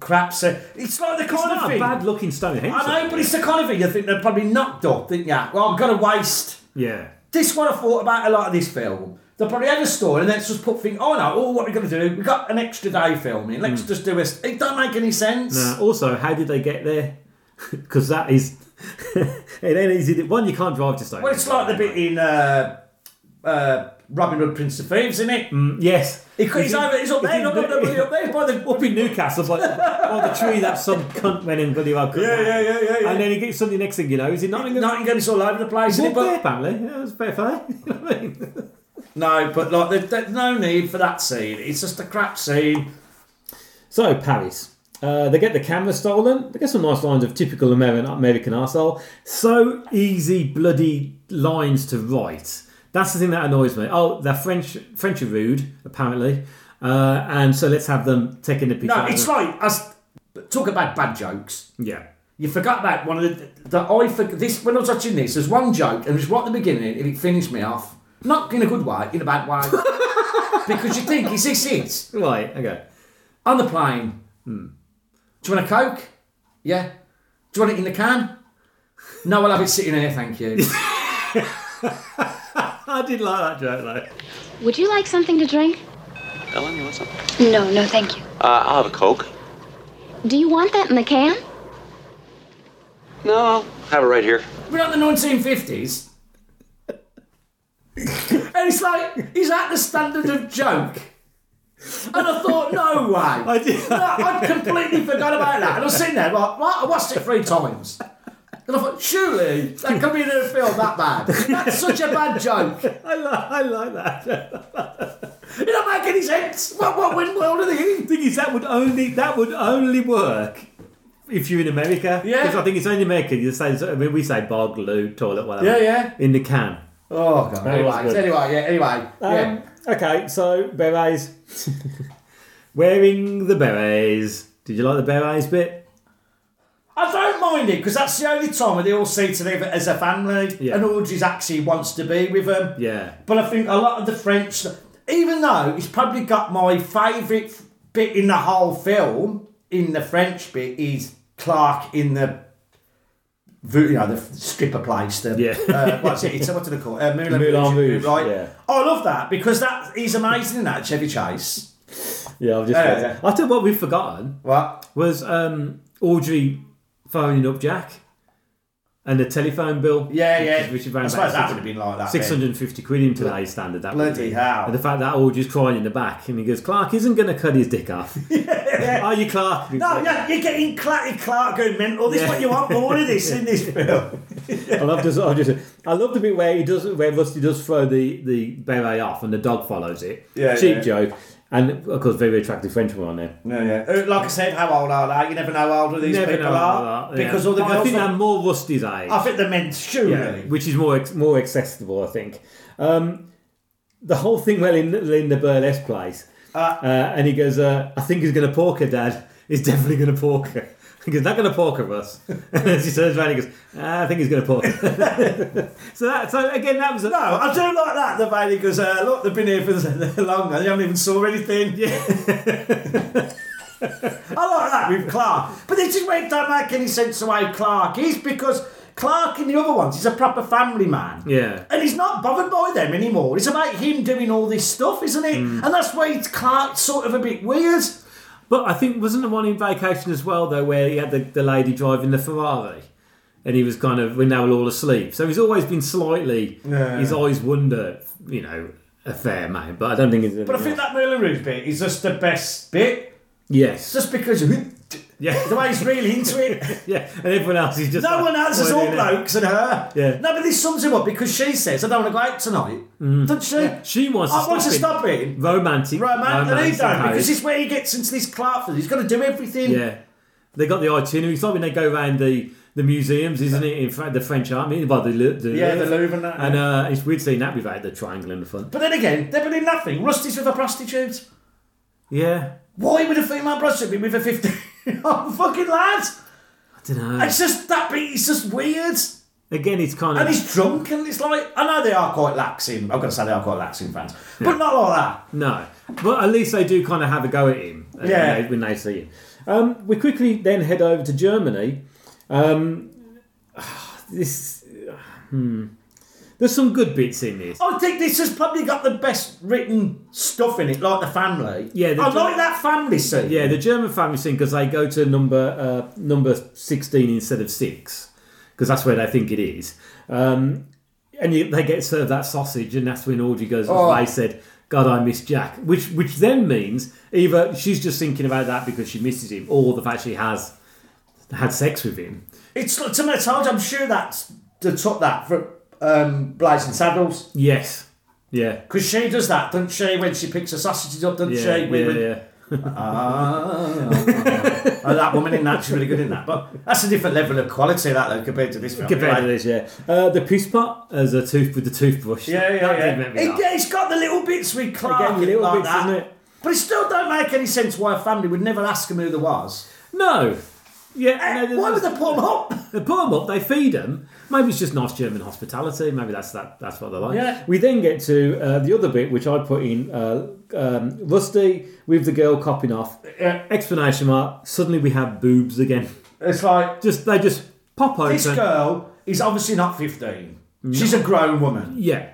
Speaker 8: Crap scene. It's like the kind
Speaker 7: it's
Speaker 8: of
Speaker 7: not a
Speaker 8: thing.
Speaker 7: bad looking Stonehenge.
Speaker 8: I know, but it's the kind of thing you think they're probably knocked up, think, yeah, well, I've got to waste.
Speaker 7: yeah,
Speaker 8: This is what I thought about a lot of this film. They probably had a story and let's just put thing. Oh no! Oh, what we're gonna do? We got an extra day filming. Let's
Speaker 7: Hmm.
Speaker 8: just do this. It don't make any sense.
Speaker 7: Uh, also, how did they get there? *laughs* Because that is *laughs* it ain't easy. to- One, you can't drive to Stonehenge.
Speaker 8: Well, it's like the bit in uh, uh, Robin Hood, Prince of Thieves, isn't
Speaker 7: Hmm.
Speaker 8: it?
Speaker 7: Yes,
Speaker 8: He- he's, over, he's up there,
Speaker 7: in-
Speaker 8: up, up, up, up there by the
Speaker 7: up in Newcastle, it's like oh, the tree that some cunt went in bloody well. cut
Speaker 8: Yeah,
Speaker 7: down.
Speaker 8: yeah, yeah, yeah, yeah.
Speaker 7: And then he gets something. Next thing you know, is he not in the
Speaker 8: Nottingham is all over the place, isn't it? But,
Speaker 7: apparently? Yeah, it's fair play. *laughs* You know what I mean?
Speaker 8: no, but like there, there's no need for that scene. It's just a crap scene.
Speaker 7: So Paris. Uh, they get the camera stolen. They get some nice lines of typical American American arsehole. So easy, bloody lines to write. That's the thing that annoys me. Oh, they're French. French are rude, apparently. Uh, and so let's have them taking the picture.
Speaker 8: No,
Speaker 7: out of
Speaker 8: it's
Speaker 7: them.
Speaker 8: like us. Talk about bad jokes.
Speaker 7: yeah,
Speaker 8: You forgot about one of the that I forgot this when I was watching this. There's one joke, and it was right at the beginning, and it finished me off. Not in a good way, in a bad way, because you think is this it?
Speaker 7: right. Okay.
Speaker 8: On the plane. Hmm. Do you want a Coke? Yeah. Do you want it in the can? No, I'll have it sitting here, thank you.
Speaker 7: I did like that joke though.
Speaker 4: Would you like something to drink?
Speaker 10: Ellen, you want
Speaker 5: Uh,
Speaker 10: something?
Speaker 4: No, no, thank you.
Speaker 10: Uh, I'll have a Coke.
Speaker 4: Do you want that in the can?
Speaker 10: No, I'll have it right here.
Speaker 8: We're not in the 1950s. and it's like, is that the standard of joke? And I thought,
Speaker 7: *laughs*
Speaker 8: no way. I
Speaker 7: did-
Speaker 8: No, I completely forgot about that. And I was sitting there like, what? I watched it three times. And I thought, surely that can be in a film that bad. That's such a bad joke.
Speaker 7: I like. I like that. *laughs*
Speaker 8: It don't make any sense. What, what wind world are they in?
Speaker 7: thing is, that would only that would only work if you're in America.
Speaker 8: Yeah.
Speaker 7: Because I think it's only America. You say. I mean, we say bog, loo, toilet, whatever.
Speaker 8: Yeah, yeah.
Speaker 7: In the can.
Speaker 8: Oh god.
Speaker 7: That was
Speaker 8: Anyway,
Speaker 7: good.
Speaker 8: anyway, yeah, anyway. yeah.
Speaker 7: Um, Okay, so berets. *laughs* Wearing the berets. Did you like the berets bit?
Speaker 8: I don't mind it because that's the only time where they all see together as a family,
Speaker 7: Yeah.
Speaker 8: and Audrey's actually wants to be with them.
Speaker 7: Yeah.
Speaker 8: But I think a lot of the French, even though it's probably got my favourite f- bit in the whole film, in the French bit is Clark in the. vu- You know the f- stripper place, the
Speaker 7: Yeah.
Speaker 8: uh, what's it? It's what do they call it? Uh, Moulin,
Speaker 7: Moulin Rouge,
Speaker 8: right?
Speaker 7: yeah.
Speaker 8: Oh, I love that because that he's amazing in that Chevy Chase.
Speaker 7: Yeah, I've just.
Speaker 8: Yeah,
Speaker 7: realised.
Speaker 8: yeah.
Speaker 7: Uh, I tell you what we've forgotten
Speaker 8: What?
Speaker 7: was um, Audrey phoning up Jack and the telephone bill.
Speaker 8: Yeah, yeah.
Speaker 7: Which is
Speaker 8: I
Speaker 7: around
Speaker 8: suppose
Speaker 7: about
Speaker 8: that would have been like that.
Speaker 7: Six
Speaker 8: then.
Speaker 7: hundred and fifty quid in today's standard. That would
Speaker 8: Bloody
Speaker 7: be.
Speaker 8: hell.
Speaker 7: And the fact that Audrey's crying in the back, and he goes, "Clark isn't going to cut his dick
Speaker 8: *laughs*
Speaker 7: off." Are you Clark?
Speaker 8: No, yeah, you're getting Clark, Clark going mental. This is what you want more of this in this film.
Speaker 7: I love this. I just, I love the bit where he does, where Rusty does throw the the beret off, and the dog follows it.
Speaker 8: Yeah,
Speaker 7: cheap
Speaker 8: yeah.
Speaker 7: joke, and of course, very attractive Frenchman on there.
Speaker 8: *laughs* No, yeah. Uh, Like I said, how old are they? You never know how old these
Speaker 7: Never
Speaker 8: people
Speaker 7: know
Speaker 8: are.
Speaker 7: about that, yeah.
Speaker 8: Because all the
Speaker 7: But I
Speaker 8: girls.
Speaker 7: think
Speaker 8: are-
Speaker 7: they're more eh? Rusty's age,
Speaker 8: I think they're meant surely.
Speaker 7: yeah, which is more ex- more accessible. I think um, the uh, whole thing. Well, in in the burlesque place, uh, and he goes, uh, "I think he's going to pork her, Dad." is definitely going to pork her. *laughs* He's not going to pork her, Russ. *laughs* And she turns around and goes, ah, I think he's going to pork her. *laughs* so, that, so again, that was a.
Speaker 8: No, Oh, I do like that. The baby goes, uh, look, they've been here for *laughs* so long and they haven't even saw anything. Yeah. *laughs* I like that with Clark. But this is where it don't make any sense the way Clark is because Clark in the other ones is a proper family man.
Speaker 7: Yeah.
Speaker 8: And he's not bothered by them anymore. It's about him doing all this stuff, isn't it? And that's why it's Clark's sort of a bit weird.
Speaker 7: But I think wasn't the one in Vacation as well though, where he had the, the lady driving the Ferrari, and he was kind of when they were all asleep. So he's always been slightly.
Speaker 8: Yeah.
Speaker 7: He's always wonder, you know, a fair man. But I don't think it's.
Speaker 8: But I think that Moulin Rouge bit is just the best bit.
Speaker 7: yes,
Speaker 8: Just because *laughs*
Speaker 7: yeah,
Speaker 8: the way he's really into it. *laughs*
Speaker 7: yeah, and everyone else is just.
Speaker 8: No
Speaker 7: like,
Speaker 8: one else is all
Speaker 7: pointing out.
Speaker 8: blokes and her.
Speaker 7: Yeah.
Speaker 8: No, but this sums him up because she says, I don't want to go out tonight. Doesn't she?
Speaker 7: Mm. She wants.
Speaker 8: I
Speaker 7: to
Speaker 8: want
Speaker 7: stop
Speaker 8: to
Speaker 7: him.
Speaker 8: stop it.
Speaker 7: Romantic.
Speaker 8: Right, man. And he
Speaker 7: romance in
Speaker 8: don't
Speaker 7: Paris.
Speaker 8: because it's where he gets into this Clarkford. He's got to do everything.
Speaker 7: Yeah, they got the itinerary. It's like when they go around the, the museums, isn't it? In fact, the French army, by the, Lou- the
Speaker 8: Yeah, the Louvre and that,
Speaker 7: And uh, it's weird seeing that without the triangle in the front.
Speaker 8: But then again, they've been in nothing. Rusty's with a prostitute.
Speaker 7: Yeah,
Speaker 8: Why would a female prostitute be with a 15 *laughs* year old fucking lad?
Speaker 7: I don't know.
Speaker 8: It's just that bit, it's just weird.
Speaker 7: Again, it's kind
Speaker 8: And
Speaker 7: of
Speaker 8: he's drunk and it's like, I know they are quite lax in, I've got to say they are quite lax in fans, but not like that.
Speaker 7: no, but at least they do kind of have a go at him. uh,
Speaker 8: Yeah.
Speaker 7: when they, when they see him. Um, we quickly then head over to Germany. Um, *sighs* this. hmm. There's some good bits in this.
Speaker 8: I think this has probably got the best written stuff in it, like the family.
Speaker 7: Yeah, the-
Speaker 8: I like that family scene.
Speaker 7: Yeah, the German family scene because they go to number uh, number sixteen instead of six because that's where they think it is. Um, and you, they get served that sausage, and that's when Audrey goes.
Speaker 8: Oh.
Speaker 7: They said, "God, I miss Jack," which which then means either she's just thinking about that because she misses him, or the fact she has had sex with him.
Speaker 8: It's like- to me, it's hard. I'm sure that's the top that for um, Blazing Saddles
Speaker 7: Yes, yeah,
Speaker 8: because she does that, doesn't she? When she picks her sausages up, doesn't
Speaker 7: yeah,
Speaker 8: she?
Speaker 7: yeah,
Speaker 8: We- we-
Speaker 7: yeah.
Speaker 8: *laughs* Oh, that woman in that, she's really good in that. But that's a different level of quality that though compared to this film.
Speaker 7: Compared
Speaker 8: Like,
Speaker 7: to this, yeah, uh, the piss pot as a tooth with the toothbrush.
Speaker 8: Yeah, yeah,
Speaker 7: that
Speaker 8: yeah.
Speaker 7: Did make me laugh.
Speaker 8: It, has got the little bits with Clark
Speaker 7: Again, the little
Speaker 8: like
Speaker 7: bits,
Speaker 8: that.
Speaker 7: isn't it?
Speaker 8: But it still don't make any sense why a family would never ask him who there was.
Speaker 7: No, yeah.
Speaker 8: Eh,
Speaker 7: no,
Speaker 8: why
Speaker 7: there's-
Speaker 8: would they put him up?
Speaker 7: They put them up, they feed them. Maybe it's just nice German hospitality. Maybe that's that. That's what they like.
Speaker 8: Yeah.
Speaker 7: We then get to uh, the other bit, which I put in uh, um, Rusty with the girl copping off.
Speaker 8: Yeah.
Speaker 7: Explanation mark. Suddenly we have boobs again.
Speaker 8: It's like
Speaker 7: Just they just pop open.
Speaker 8: this girl is obviously not fifteen. She's a grown woman,
Speaker 7: Yeah.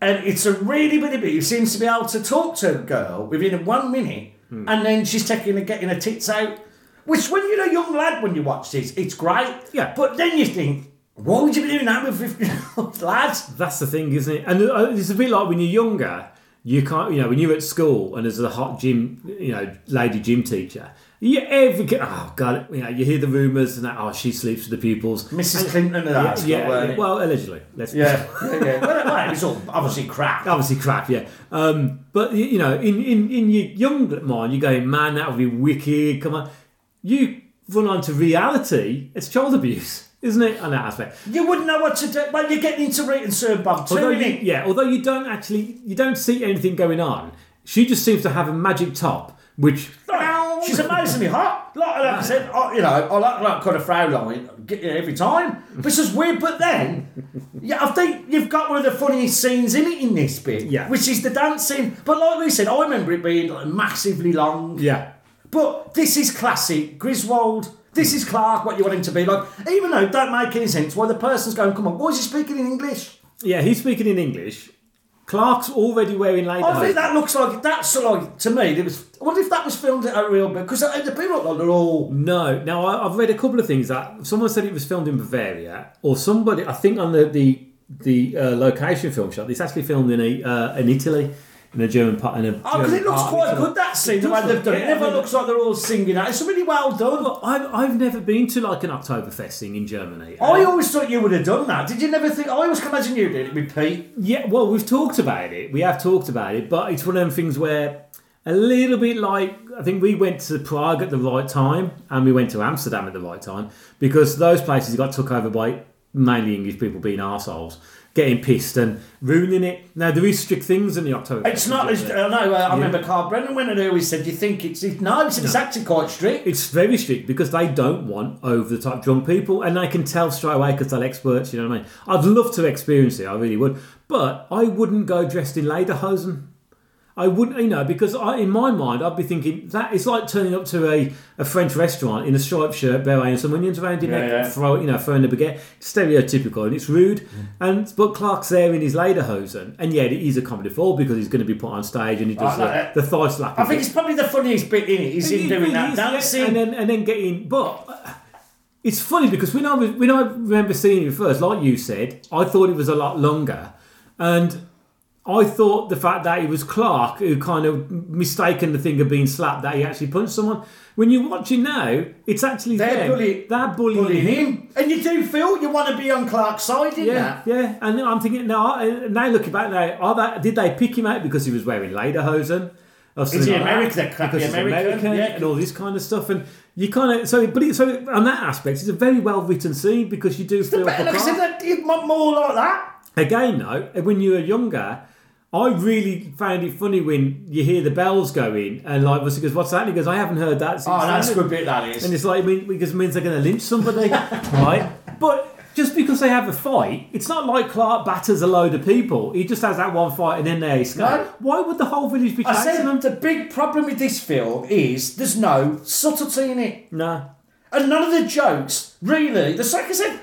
Speaker 8: and it's a really bitty bit. Who seems to be able to talk to a girl within one minute,
Speaker 7: Hmm.
Speaker 8: and then she's taking and getting her tits out. Which, when you're a young lad, when you watch this, it's great.
Speaker 7: Yeah.
Speaker 8: But then you think, why would you be doing that with fifteen-year-old *laughs* lads?
Speaker 7: That's the thing, isn't it? And uh, it's a bit like when you're younger, you can't, you know, when you're at school and there's a hot gym, you know, lady gym teacher. You every oh god, you know, you hear the rumours and that. Oh, she sleeps with the pupils.
Speaker 8: Mrs. Clinton and that.
Speaker 7: yeah, yeah, well, allegedly. Let's
Speaker 8: yeah, yeah, yeah. Well, well, it was all obviously crap.
Speaker 7: obviously crap, yeah. Um, but y- you know, in, in, in your young mind, you're going, man, that would be wicked. Come on, you run on to reality. It's child abuse, isn't it? On that aspect,
Speaker 8: You wouldn't know what to do. Well, you're getting into Rate and Sir Bob too,
Speaker 7: although
Speaker 8: innit?
Speaker 7: you, yeah, although you don't actually, you don't see anything going on. She just seems to have a magic top, which
Speaker 8: Like, She's amazingly hot. Like, like I said, I, you know, I like that kind of Fraulein get- you know, every time. But it's just weird. But then, yeah, I think you've got one of the funniest scenes in it in this bit,
Speaker 7: Yeah.
Speaker 8: which is the dancing. But like we said, I remember it being like, massively long.
Speaker 7: yeah,
Speaker 8: But this is classic Griswold. This is Clark, what you want him to be like. Even though it don't make any sense why the person's going, come on, why is he speaking in English?
Speaker 7: yeah, he's speaking in English. Clark's already wearing lady.
Speaker 8: I think
Speaker 7: hose.
Speaker 8: that looks like that's sort of like to me. It was. I wonder if that was filmed at a real bit because the people look like they're all.
Speaker 7: No. Now I, I've read a couple of things that someone said it was filmed in Bavaria, or somebody I think on the the, the uh, location film shot. It's actually filmed in a uh, in Italy, in a German part. In a
Speaker 8: Oh, because it
Speaker 7: German
Speaker 8: looks
Speaker 7: part of
Speaker 8: quite
Speaker 7: Italy.
Speaker 8: good that scene. The
Speaker 7: does
Speaker 8: way they've
Speaker 7: look-
Speaker 8: done it.
Speaker 7: yeah,
Speaker 8: it never
Speaker 7: I mean,
Speaker 8: looks like they're all singing out. It's really well done.
Speaker 7: Well, I've, I've never been to like an Oktoberfest thing in Germany.
Speaker 8: I always thought you would have done that. Did you never think? I always can imagine you did it with Pete.
Speaker 7: Yeah, well, we've talked about it. We have talked about it, but it's one of them things where a little bit like I think we went to Prague at the right time and we went to Amsterdam at the right time because those places got took over by mainly English people being arseholes getting pissed and ruining it. Now there is strict things in the October.
Speaker 8: It's not. It's, uh, no, uh, I remember Carl Brennan when he always said, "Do you think it's it, no? It's, it's actually quite strict."
Speaker 7: It's very strict because they don't want over the top drunk people, and they can tell straight away because they're experts. You know what I mean? I'd love to experience it. I really would, but I wouldn't go dressed in lederhosen. I wouldn't, you know, because I, in my mind, I'd be thinking that it's like turning up to a, a French restaurant in a striped shirt, beret, and some onions around your
Speaker 8: Yeah,
Speaker 7: neck,
Speaker 8: yeah. Mm.
Speaker 7: throw, you know, throwing the baguette. Stereotypical and it's rude. And but Clark's there in his lederhosen, and yet it is a comedy fall because he's going to be put on stage and he does
Speaker 8: I
Speaker 7: the,
Speaker 8: like
Speaker 7: the thigh slap.
Speaker 8: I think it's probably the funniest bit in it. Is him doing that dancing.
Speaker 7: and then and then getting, but. uh, It's funny because when I was, when I remember seeing it first, like you said, I thought it was a lot longer, and I thought the fact that it was Clark who kind of mistaken the thing of being slapped that he actually punched someone. When you watch it now, it's actually
Speaker 8: They're
Speaker 7: them.
Speaker 8: bully-
Speaker 7: they're bullying,
Speaker 8: bullying
Speaker 7: him.
Speaker 8: him. And you do feel you want to be on Clark's side in
Speaker 7: Yeah,
Speaker 8: that.
Speaker 7: yeah. And I'm thinking now. I- Now looking back, now are they, did they pick him out because he was wearing lederhosen? Or something
Speaker 8: Is he
Speaker 7: like that?
Speaker 8: American? That crappy
Speaker 7: Because he's
Speaker 8: American?
Speaker 7: American
Speaker 8: Yeah.
Speaker 7: and all this kind of stuff, and you kind of so. But it, so on that aspect, it's a very well written scene because you do feel
Speaker 8: But
Speaker 7: for
Speaker 8: like I
Speaker 7: Clark
Speaker 8: said, that, you want more like that.
Speaker 7: again though when you were younger I really found it funny when you hear the bells going and like Russell goes what's that and he goes I haven't heard that since
Speaker 8: Oh, that's a
Speaker 7: Saturday."
Speaker 8: good bit, that is.
Speaker 7: and it's like I mean, because it means they're going to lynch
Speaker 8: *laughs*
Speaker 7: somebody right but just because they have a fight it's not like Clark batters a load of people he just has that one fight and then they escape
Speaker 8: No.
Speaker 7: why would the whole village be
Speaker 8: I
Speaker 7: chasing
Speaker 8: said
Speaker 7: them
Speaker 8: the big problem with this film is there's no subtlety in it.
Speaker 7: no
Speaker 8: And none of the jokes, really. The like I said,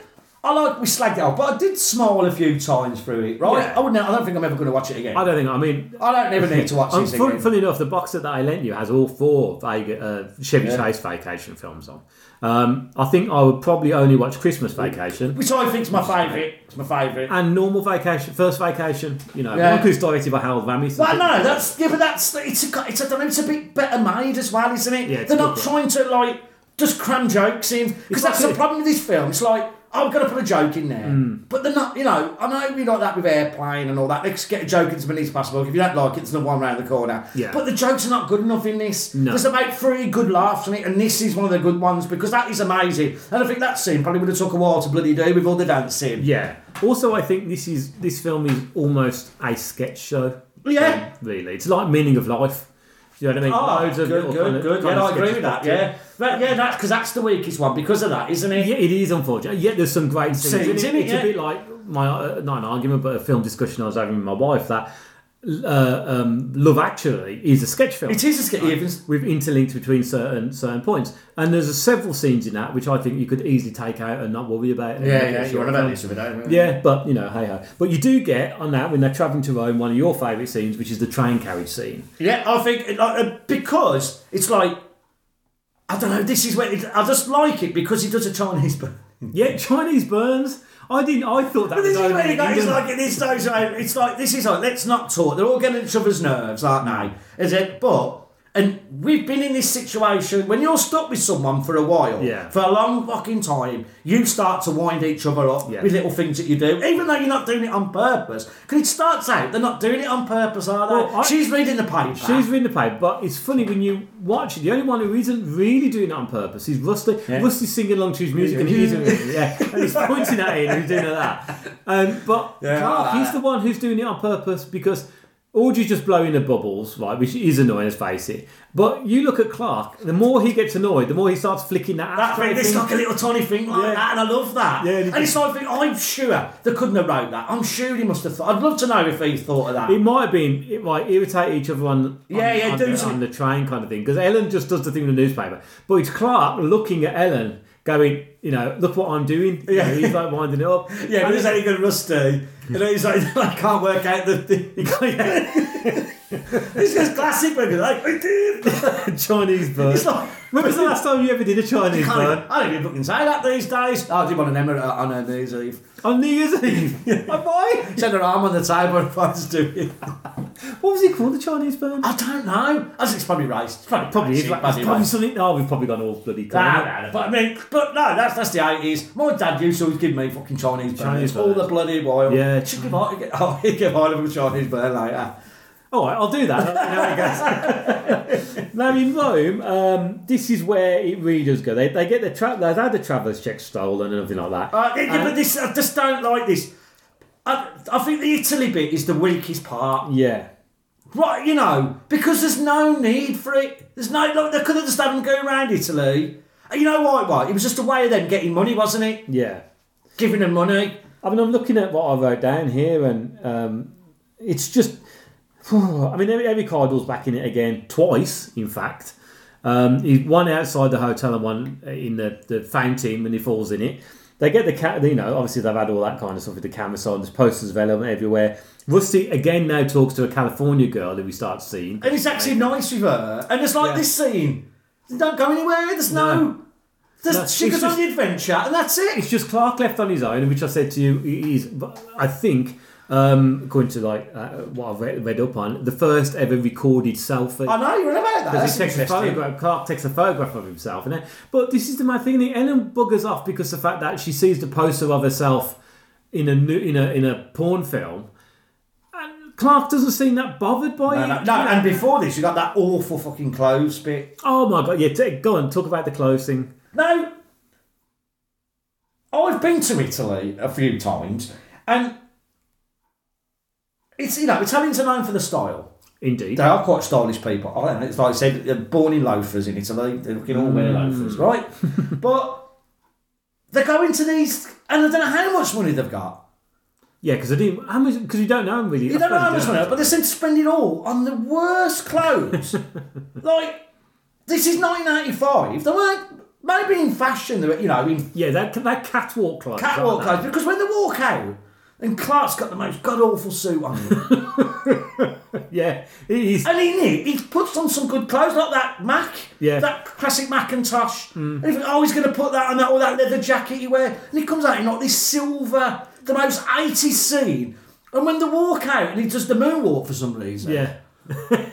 Speaker 8: I like we slagged it off, but I did smile a few times through it, right?
Speaker 7: Yeah.
Speaker 8: I wouldn't. I don't think I'm ever going to watch it again.
Speaker 7: I
Speaker 8: I
Speaker 7: don't think I mean
Speaker 8: don't, ever need to watch
Speaker 7: Um,
Speaker 8: this
Speaker 7: fun-
Speaker 8: again.
Speaker 7: Funny enough, the box set that I lent you has all four Vega, uh, Chevy Chase Vacation films on. Um, I think I would probably only watch Christmas Vacation
Speaker 8: Which I think's my favourite. It's my favourite.
Speaker 7: and Normal Vacation, First Vacation. You know,
Speaker 8: Yeah.
Speaker 7: one because it's directed by Harold Ramis.
Speaker 8: But no, that's yeah, but that's it's a, it's a, I don't know, it's a bit better made as well, isn't it?
Speaker 7: Yeah, it's
Speaker 8: They're
Speaker 7: a
Speaker 8: not
Speaker 7: good
Speaker 8: trying to like just cram jokes in because
Speaker 7: It's
Speaker 8: that's
Speaker 7: like
Speaker 8: the
Speaker 7: a-
Speaker 8: problem with this film. It's like I'm gonna put a joke in there,
Speaker 7: Hmm.
Speaker 8: but they're not. You know, I know we like that with airplane and all that. Let's get a joke in as many as possible. If you don't like it, it's the one round the corner.
Speaker 7: Yeah.
Speaker 8: But the jokes are not good enough in this
Speaker 7: No.
Speaker 8: because they make three good laughs in it, and this is one of the good ones because that is amazing. And I think that scene probably would have took a while to bloody do with all the dancing.
Speaker 7: yeah. Also, I think this is this film is almost a sketch show. Um,
Speaker 8: Yeah.
Speaker 7: really. It's like Meaning of Life. You know what I mean?
Speaker 8: Oh,
Speaker 7: Loads of
Speaker 8: good,
Speaker 7: little
Speaker 8: good,
Speaker 7: kind of-
Speaker 8: good.
Speaker 7: kind of
Speaker 8: yeah, I agree
Speaker 7: sketches
Speaker 8: with that.
Speaker 7: packed in.
Speaker 8: Yeah, That- yeah, that's because that's the weakest one because of that, isn't it?
Speaker 7: Yeah, it is unfortunate. Yet there's some great scenes. in
Speaker 8: Scenes
Speaker 7: it.
Speaker 8: in it,
Speaker 7: it's
Speaker 8: yeah.
Speaker 7: a bit like my uh, not an argument, but a film discussion I was having with my wife that uh, um, Love Actually is a sketch film.
Speaker 8: It is a sketch. Even
Speaker 7: With interlinked between certain certain points, and there's a several scenes in that which I think you could easily take out and not worry about. Yeah, but you know, hey ho. But you do get on that when they're traveling to Rome, one of your favourite scenes, which is the train carriage scene.
Speaker 8: Yeah, I think like, uh, because it's like I don't know. This is where it, I just like it because he does a Chinese *laughs* burn.
Speaker 7: Yeah, Chinese burns. I didn't. I thought that
Speaker 8: But
Speaker 7: was
Speaker 8: this is
Speaker 7: only
Speaker 8: where
Speaker 7: in
Speaker 8: it goes, it's
Speaker 7: England.
Speaker 8: like it is those. uh, It's like this is like let's not talk. They're all getting each other's nerves, aren't they? Is it? But and we've been in this situation when you're stuck with someone for a while,
Speaker 7: Yeah.
Speaker 8: for a long fucking time. You start to wind each other up
Speaker 7: Yeah.
Speaker 8: with little things that you do, even though you're not doing it on purpose. Because it starts out they're not doing it on purpose, are they?
Speaker 7: Well, I-
Speaker 8: she's reading the paper.
Speaker 7: She's reading the paper, but it's funny when you watch it. The only one who isn't really doing it on purpose is Rusty. Rusty's singing along to his music, and he's
Speaker 8: *laughs*
Speaker 7: doing yeah, and he's pointing at it and he's doing it like that. Um, but Clark,
Speaker 8: like
Speaker 7: he's
Speaker 8: that.
Speaker 7: the one who's doing it on purpose because Audrey's just blowing her bubbles, right? Which is annoying, let's face it. But you look at Clark. The more he gets annoyed, the more he starts flicking that.
Speaker 8: That
Speaker 7: ashtray
Speaker 8: thing, it's
Speaker 7: thing.
Speaker 8: like a little tiny thing like
Speaker 7: Yeah.
Speaker 8: that, and I love that.
Speaker 7: Yeah,
Speaker 8: and it's like, I'm sure they couldn't have wrote that. I'm sure he must have thought. I'd love to know if he thought of that.
Speaker 7: It might have been it might irritate each other on on-
Speaker 8: Yeah, yeah,
Speaker 7: on,
Speaker 8: do
Speaker 7: the,
Speaker 8: something.
Speaker 7: on the train kind of thing because Ellen just does the thing in the newspaper, but it's Clark looking at Ellen going, you know, look what I'm doing. You know, he's like winding it up.
Speaker 8: *laughs* Yeah, but
Speaker 7: And
Speaker 8: he's only good rusty. You know, he's like, *laughs* I can't work out the thing. *laughs* it's just classic because like, I did.
Speaker 7: *laughs* Chinese burn.
Speaker 8: It's like-
Speaker 7: *laughs* when was the last time you ever did a Chinese
Speaker 8: Can't even-
Speaker 7: burn?
Speaker 8: I don't even fucking say that these days. I did one of them on- on her knees *laughs* eve.
Speaker 7: On New Year's
Speaker 8: *laughs*
Speaker 7: Eve. Am I?
Speaker 8: She had her arm on the table and was doing.
Speaker 7: What was it called? The Chinese burn?
Speaker 8: I don't know. I think it's probably race. It's probably
Speaker 7: Probably,
Speaker 8: racist,
Speaker 7: it's like,
Speaker 8: bloody
Speaker 7: it's probably
Speaker 8: racist.
Speaker 7: something. Oh, we've probably gone all bloody.
Speaker 8: Nah,
Speaker 7: colour.
Speaker 8: nah, nah, but I mean, but no, that's that's the eighties. My dad used to always give me fucking Chinese burn.
Speaker 7: Chinese
Speaker 8: all
Speaker 7: burn.
Speaker 8: the bloody while.
Speaker 7: Yeah.
Speaker 8: should give *laughs* I get oh, he'd give I a Chinese burn later.
Speaker 7: All right, I'll do that. now in Rome, um, this is where it really does go. They, they get
Speaker 8: Oh.
Speaker 7: their tra- they've had the traveller's check stolen and everything like that.
Speaker 8: Uh, yeah, yeah, but this I just don't like this. I, I think the Italy bit is the weakest part.
Speaker 7: Yeah.
Speaker 8: Right, you know, because there's no need for it. There's no look. They could have just had them go around Italy. And you know why? Why? It was just a way of them getting money, wasn't it?
Speaker 7: Yeah.
Speaker 8: Giving them money.
Speaker 7: I mean, I'm looking at what I wrote down here, and um, it's just. *sighs* I mean, every, every Cardinal's back in it again, twice, in fact. Um, he- one outside the hotel and one in the, the fountain when he falls in it. They get the cat, you know, obviously they've had all that kind of stuff with the camera on, there's posters of element everywhere. Rusty again now talks to a California girl that we start seeing.
Speaker 8: And it's actually nice with her. And it's like
Speaker 7: Yeah.
Speaker 8: this scene. They don't go anywhere. There's no.
Speaker 7: No.
Speaker 8: there's,
Speaker 7: No,
Speaker 8: she
Speaker 7: it's
Speaker 8: goes
Speaker 7: just-
Speaker 8: on the adventure, and that's
Speaker 7: It's
Speaker 8: it.
Speaker 7: just Clark left on his own, which I said to you, he is, I think, um, according to like uh, what I've read, read up on, the first ever recorded selfie.
Speaker 8: I know you're about that.
Speaker 7: Because
Speaker 8: That's
Speaker 7: he takes a
Speaker 8: interesting.
Speaker 7: photograph, Clark takes a photograph of himself. And then, but this is the mad thing. the Ellen buggers off because the fact that she sees the poster of herself in a new, in a in a porn film, and Clark doesn't seem that bothered by
Speaker 8: No,
Speaker 7: it.
Speaker 8: no, no, and before this, you got that awful fucking clothes bit.
Speaker 7: Oh my god! Yeah, t- go on. Talk about the clothes thing.
Speaker 8: No, I've been to Italy a few times, and it's you know Italians are known for the style.
Speaker 7: Indeed.
Speaker 8: They are quite stylish people. I don't know. It's like I said, they're born in loafers in Italy. They can all wear loafers, right? but they go into these, and I don't know how much money they've got.
Speaker 7: Yeah, because I didn't. How much? Because you don't know him really.
Speaker 8: You don't know how much money, but they seem to spend it all on the worst clothes. like this is 1985. They weren't maybe in fashion. They were, you know, in
Speaker 7: Yeah, that that catwalk clothes.
Speaker 8: catwalk
Speaker 7: like
Speaker 8: clothes
Speaker 7: that.
Speaker 8: because when they walk out. And Clark's got the most god awful
Speaker 7: *laughs*
Speaker 8: suit on,
Speaker 7: Yeah, he's
Speaker 8: and in it he puts on some good clothes like that Mac,
Speaker 7: Yeah. Hmm.
Speaker 8: that classic Macintosh. And he thinks, oh, he's going to put that on that all that leather jacket he wear, and he comes out in like this silver, the most 80s scene. And when they walk out, and he does the moonwalk for some reason,
Speaker 7: yeah.
Speaker 8: and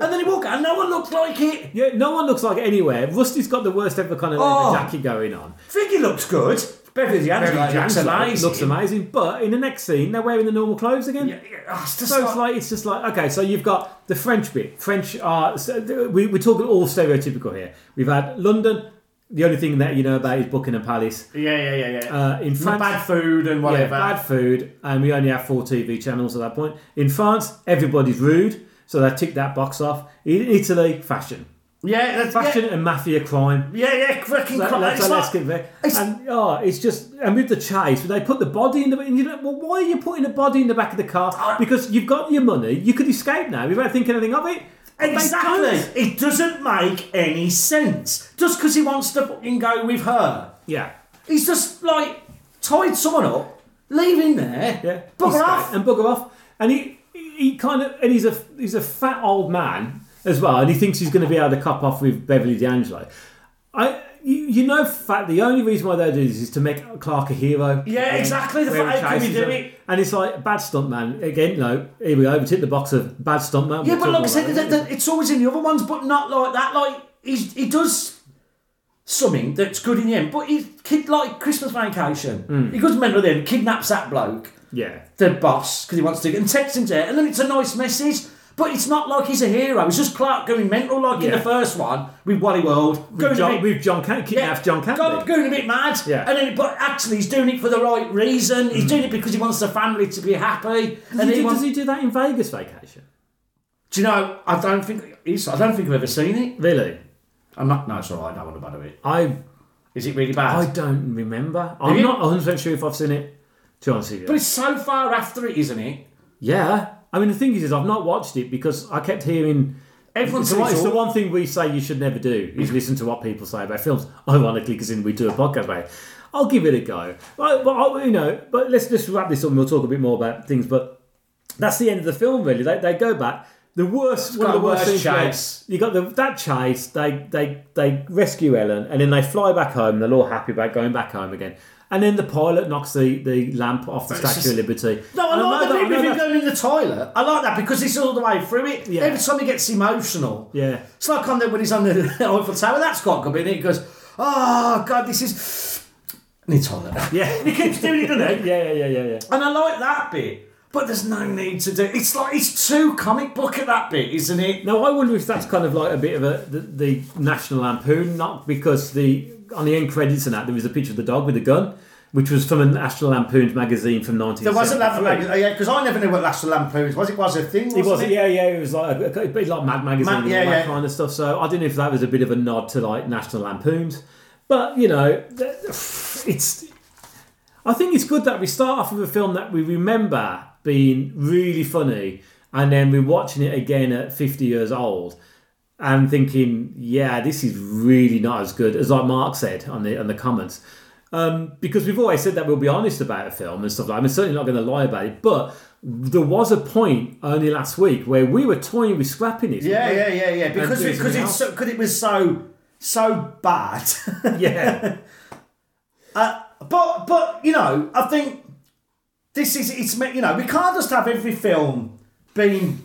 Speaker 8: then he walk out, and no one looks like it.
Speaker 7: Yeah, no one looks like anywhere. Rusty's got the worst ever kind of
Speaker 8: Oh.
Speaker 7: leather jacket going on.
Speaker 8: Figgy looks good. Beverly D'Angelo looks
Speaker 7: Jackson
Speaker 8: amazing.
Speaker 7: looks amazing. But in the next scene, they're wearing the normal clothes again.
Speaker 8: Yeah, yeah, oh, it's just
Speaker 7: So
Speaker 8: like-
Speaker 7: it's like it's just like okay, so you've got the French bit. French are so th- we, we're talking all stereotypical here. We've had London. The only thing that you know about is Buckingham Palace.
Speaker 11: Yeah, yeah, yeah, yeah.
Speaker 7: Uh, in
Speaker 11: The
Speaker 7: France,
Speaker 11: bad food and
Speaker 7: yeah,
Speaker 11: whatever.
Speaker 7: bad food, and we only have four TV channels at that point. In France, everybody's rude, so they tick that box off. In Italy, fashion,
Speaker 11: yeah, that's
Speaker 7: fashion and mafia crime.
Speaker 8: yeah, yeah, fucking
Speaker 7: That-
Speaker 8: crap.
Speaker 7: that's
Speaker 8: It's
Speaker 7: how
Speaker 8: like-
Speaker 7: that's good, right?
Speaker 8: it's-
Speaker 7: and oh, it's just and with the chase, they put the body in the. And you know, well, why are you putting the body in the back of the
Speaker 8: Ah.
Speaker 7: car? Because you've got your money, you could escape now without thinking anything of it. But they don't.
Speaker 8: Exactly. It doesn't make any sense. Just because he wants to fucking go with her.
Speaker 7: Yeah,
Speaker 8: He's just like tied someone up, leaving there,
Speaker 7: yeah.
Speaker 8: bugger
Speaker 7: Escape.
Speaker 8: off.
Speaker 7: and bugger off. And he he kind of and he's a he's a fat old man as well, and he thinks he's going to be able to cop off with Beverly D'Angelo. I. You, you know, for a fact the only reason why they do this is to make Clark a hero.
Speaker 8: Yeah,
Speaker 7: Again,
Speaker 8: exactly. The
Speaker 7: where he
Speaker 8: fact how can we
Speaker 7: chases
Speaker 8: do
Speaker 7: her.
Speaker 8: it?
Speaker 7: And it's like bad stuntman again. No, here we go. We tick the box of bad stuntman.
Speaker 8: Yeah,
Speaker 7: We're
Speaker 8: but like I
Speaker 7: talking
Speaker 8: said,
Speaker 7: about
Speaker 8: th-
Speaker 7: it.
Speaker 8: th- it's always in the other ones, but not like that. Like he's, he does something that's good in the end, but he kid like Christmas Vacation. He goes to Menlo then kidnaps that bloke,
Speaker 7: yeah,
Speaker 8: the boss, because he wants to, and texts him to it, and then it's a nice message. But it's not like he's a hero. It's just Clark going mental, like in
Speaker 7: Yeah.
Speaker 8: the first one with Wally World, going a
Speaker 7: with John,
Speaker 8: bit-
Speaker 7: with John Can- kidnapped John
Speaker 8: go-
Speaker 7: Candy.
Speaker 8: going a bit mad.
Speaker 7: Yeah.
Speaker 8: And then, but actually, he's doing it for the right reason. He's doing it because he wants the family to be happy.
Speaker 7: Does
Speaker 8: and
Speaker 7: he,
Speaker 8: he
Speaker 7: do,
Speaker 8: wants,
Speaker 7: does he do that in Vegas Vacation?
Speaker 8: do you know? I don't think it's, I don't think I've ever seen it.
Speaker 7: Really?
Speaker 8: I'm not. No, it's all right. I don't want to bother it.
Speaker 7: I
Speaker 8: Is it really bad?
Speaker 7: I don't remember. I'm
Speaker 8: you?
Speaker 7: not 100 percent sure if I've seen it. To be honest with you.
Speaker 8: but it's so far after it, isn't it?
Speaker 7: Yeah. I mean, the thing is, is I've not watched it because I kept hearing.
Speaker 8: Everyone
Speaker 7: It's,
Speaker 8: says
Speaker 7: the one- it's the
Speaker 8: all-
Speaker 7: one thing we say you should never do is listen to what people say about films. Ironically, because we do a podcast about it. I'll give it a go. But, but I- you know, but let's just wrap this up and we'll talk a bit more about things. But that's the end of the film, really. They, they go back. The worst, one of
Speaker 8: got
Speaker 7: the
Speaker 8: a
Speaker 7: worst
Speaker 8: worse
Speaker 7: things. where
Speaker 8: chase.
Speaker 7: You got the, that chase. They they they rescue Ellen, and then they fly back home. They're all happy about going back home again. And then the pilot knocks the, the lamp off the Statue
Speaker 8: just-
Speaker 7: of Liberty.
Speaker 8: No, I
Speaker 7: And
Speaker 8: like
Speaker 7: know
Speaker 8: the
Speaker 7: that- I know
Speaker 8: bit with him
Speaker 7: that-
Speaker 8: going in the toilet. I like that because it's all the way through it.
Speaker 7: Yeah.
Speaker 8: Every time he gets emotional,
Speaker 7: Yeah.
Speaker 8: it's like on the when he's on the *laughs* Eiffel Tower. That's quite good. Isn't it? He goes, "Oh God, this is." Need toilet.
Speaker 7: *laughs* Yeah.
Speaker 8: *laughs* he keeps doing it, doesn't he?
Speaker 7: Yeah, yeah, yeah, yeah, yeah.
Speaker 8: And I like that bit, but there's no need to do. It's like it's too comic book at that bit, isn't it?
Speaker 7: Now I wonder if that's kind of like a bit of a the, the National Lampoon, not because the on the end credits and that there is a picture of the dog with a gun. which was from an Astral Lampoon's magazine from 1973.
Speaker 8: There was a Lampoon magazine, yeah, because I never knew what Last of Lampoons was. It was a thing, wasn't
Speaker 7: It was, yeah, yeah. It was like a, a bit like Mad Magazine,
Speaker 8: Mad-
Speaker 7: and
Speaker 8: yeah,
Speaker 7: all that
Speaker 8: yeah.
Speaker 7: kind of stuff. So I didn't know if that was a bit of a nod to like National Lampoons, but you know, th- *sighs* it's. I think it's good that we start off with a film that we remember being really funny, and then we're watching it again at fifty years old, and thinking, yeah, this is really not as good as like Mark said on the on the comments. Um, because we've always said that we'll be honest about a film and stuff like that. I'm certainly not going to lie about it, but there was a point only last week where we were toying with scrapping it.
Speaker 8: Yeah,
Speaker 7: weren't
Speaker 8: yeah,
Speaker 7: we?
Speaker 8: yeah, yeah.
Speaker 7: And
Speaker 8: Because
Speaker 7: doing
Speaker 8: it, cause
Speaker 7: something
Speaker 8: it's so, cause it was so so bad.
Speaker 7: *laughs*
Speaker 8: *laughs*
Speaker 7: yeah.
Speaker 8: Uh, but but you know, I think this is it's me- you know we can't just have every film being.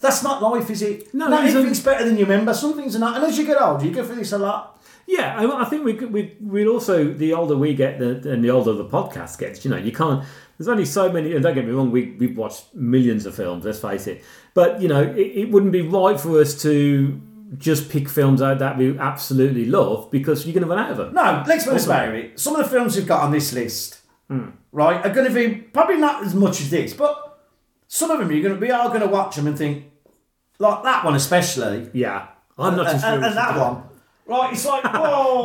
Speaker 8: That's not life, is it?
Speaker 7: No,
Speaker 8: not
Speaker 7: it isn't.
Speaker 8: everything's better than you remember. Some things are not. And as you get older, you go through this a lot.
Speaker 7: Yeah, I, I think we we we also the older we get, the, and the older the podcast gets. You know, you can't. There's only so many, and don't get me wrong, we we've watched millions of films. Let's face it, but you know, it, it wouldn't be right for us to just pick films out that we absolutely love because you're going to run out of them.
Speaker 8: No, let's be honest about it. Some of the films we've got on this list,
Speaker 7: Hmm.
Speaker 8: right, are going to be probably not as much as this, but some of them you're going to we are going to watch them and think like that one especially.
Speaker 7: Yeah, I'm not
Speaker 8: and,
Speaker 7: as
Speaker 8: and,
Speaker 7: serious
Speaker 8: and that
Speaker 7: as
Speaker 8: one. Right, it's like whoa.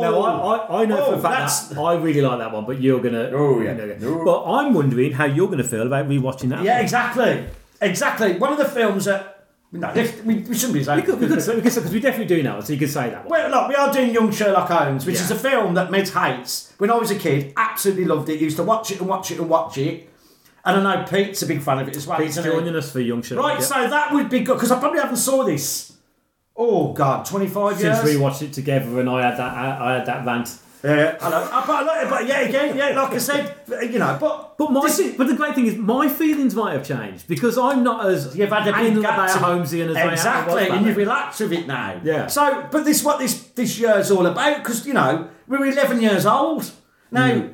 Speaker 7: *laughs* No, I, I, I know for
Speaker 8: Whoa,
Speaker 7: a fact
Speaker 8: that's-
Speaker 7: that I really like that one, but you're gonna.
Speaker 8: Oh, yeah.
Speaker 7: you know, But I'm wondering how you're gonna feel about rewatching that.
Speaker 8: Yeah,
Speaker 7: one.
Speaker 8: exactly, exactly. One of the films that no, this- we, we shouldn't be saying.
Speaker 7: We could say because we definitely do now, so you could say that one.
Speaker 8: Well, look, we are doing Young Sherlock Holmes, which
Speaker 7: Yeah.
Speaker 8: is a film that Mids hates. When I was a kid, absolutely loved it. Used to watch it and watch it and watch it. And I know Pete's a big fan of it as well.
Speaker 7: Pete's
Speaker 8: isn't he?
Speaker 7: joining us for Young Sherlock.
Speaker 8: Right,
Speaker 7: yeah.
Speaker 8: so that would be good because I probably haven't saw this. Oh God, twenty five years.
Speaker 7: since we watched it together, and I had that, I, I had that rant.
Speaker 8: yeah, I know. I- Uh, But, I like it, but yeah, again, yeah, like I said, you know, but
Speaker 7: But my, but the great thing is, my feelings might have changed because I'm not as
Speaker 8: you've had a big
Speaker 7: anal
Speaker 8: gap
Speaker 7: about
Speaker 8: to-
Speaker 7: Holmesian as I am
Speaker 8: exactly,
Speaker 7: about
Speaker 8: and
Speaker 7: Batman.
Speaker 8: you've relaxed with it now.
Speaker 7: Yeah.
Speaker 8: So, but this what this this year's all about because you know we're eleven years old now.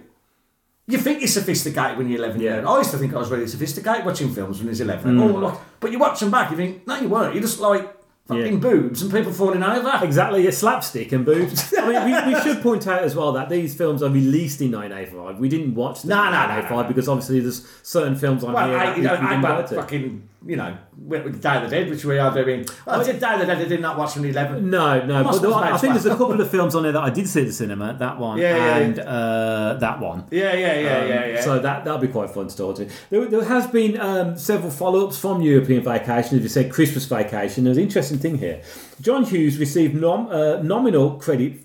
Speaker 8: You think you're sophisticated when you're 11 years old. I used to think I was really sophisticated watching films when I was 11. Oh, look. But you watch them back, you think, no, you weren't. You just like fucking boobs and people falling over.
Speaker 7: Exactly, yeah, slapstick and
Speaker 8: *laughs*
Speaker 7: boobs. I mean, we, we should point out as well that these films are released in 1985. We didn't watch them
Speaker 8: No,
Speaker 7: in
Speaker 8: no, no,
Speaker 7: 1985
Speaker 8: no.
Speaker 7: because obviously there's certain films on
Speaker 8: Well,
Speaker 7: here
Speaker 8: I,
Speaker 7: that
Speaker 8: you
Speaker 7: we,
Speaker 8: know,
Speaker 7: we
Speaker 8: I
Speaker 7: didn't
Speaker 8: well,
Speaker 7: bother to.
Speaker 8: fucking, you know, went with Day of the Dead, which we are doing. Well, I did Day of the Dead, I did not watch from 11.
Speaker 7: No, no,
Speaker 8: Must
Speaker 7: but there
Speaker 8: was
Speaker 7: are- I
Speaker 8: made
Speaker 7: think
Speaker 8: twice.
Speaker 7: there's a couple of films on there that I did see at the cinema. That one
Speaker 8: Yeah, yeah,
Speaker 7: and Uh, that one.
Speaker 8: Yeah, yeah, yeah,
Speaker 7: Um,
Speaker 8: yeah, yeah.
Speaker 7: So that that'll be quite fun to talk to. There, there has been um, several follow-ups from European Vacation, as you said, Christmas Vacation. There's an interesting thing here. John Hughes received nom, uh, nominal credit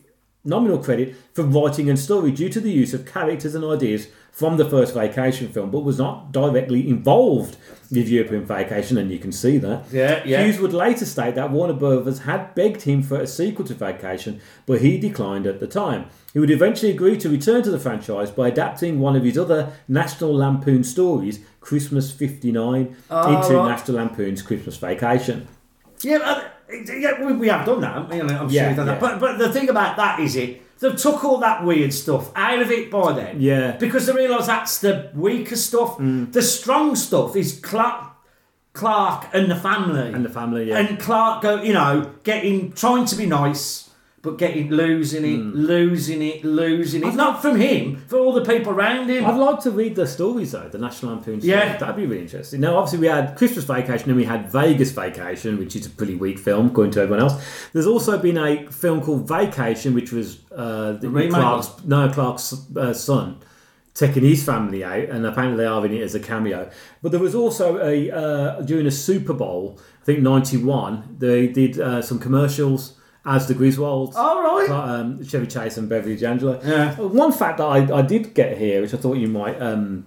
Speaker 7: nominal credit for writing and story due to the use of characters and ideas from the first Vacation film, but was not directly involved with European Vacation, and you can see that.
Speaker 8: Yeah, yeah.
Speaker 7: Hughes would later state that Warner Brothers had begged him for a sequel to Vacation, but he declined at the time. He would eventually agree to return to the franchise by adapting one of his other National Lampoon stories, Christmas 59, into
Speaker 8: Ah, right.
Speaker 7: National Lampoon's Christmas Vacation.
Speaker 8: Yeah, but, uh, yeah we, we have done that. haven't we? I'm sure
Speaker 7: Yeah,
Speaker 8: we've done
Speaker 7: yeah.
Speaker 8: that. But, but the thing about that is it, they took all that weird stuff out of it by then.
Speaker 7: Yeah. Mm.
Speaker 8: Because they realised that's the weaker stuff. The strong stuff is Clark, Clark and the family.
Speaker 7: And the family, yeah.
Speaker 8: And Clark, go, you know, getting, trying to be nice, but getting, losing it,
Speaker 7: Mm.
Speaker 8: losing it, losing it. Not from him, from all the people around him.
Speaker 7: I'd like to read the stories though, the National Lampoon stories.
Speaker 8: Yeah.
Speaker 7: That'd be really interesting. Now, obviously, we had Christmas Vacation and we had Vegas Vacation, which is a pretty weak film, according to everyone else. There's also been a film called Vacation, which was uh, the
Speaker 8: remake
Speaker 7: Clark's, no, Clark's uh, son taking his family out, and apparently they are in it as a cameo. But there was also a uh, during a Super Bowl, I think '91, they did uh, some commercials as the Griswolds.
Speaker 8: All right.
Speaker 7: Um, Chevy Chase and Beverly D'Angelo.
Speaker 8: Yeah.
Speaker 7: Uh, One fact that I, I did get here, which I thought you might um,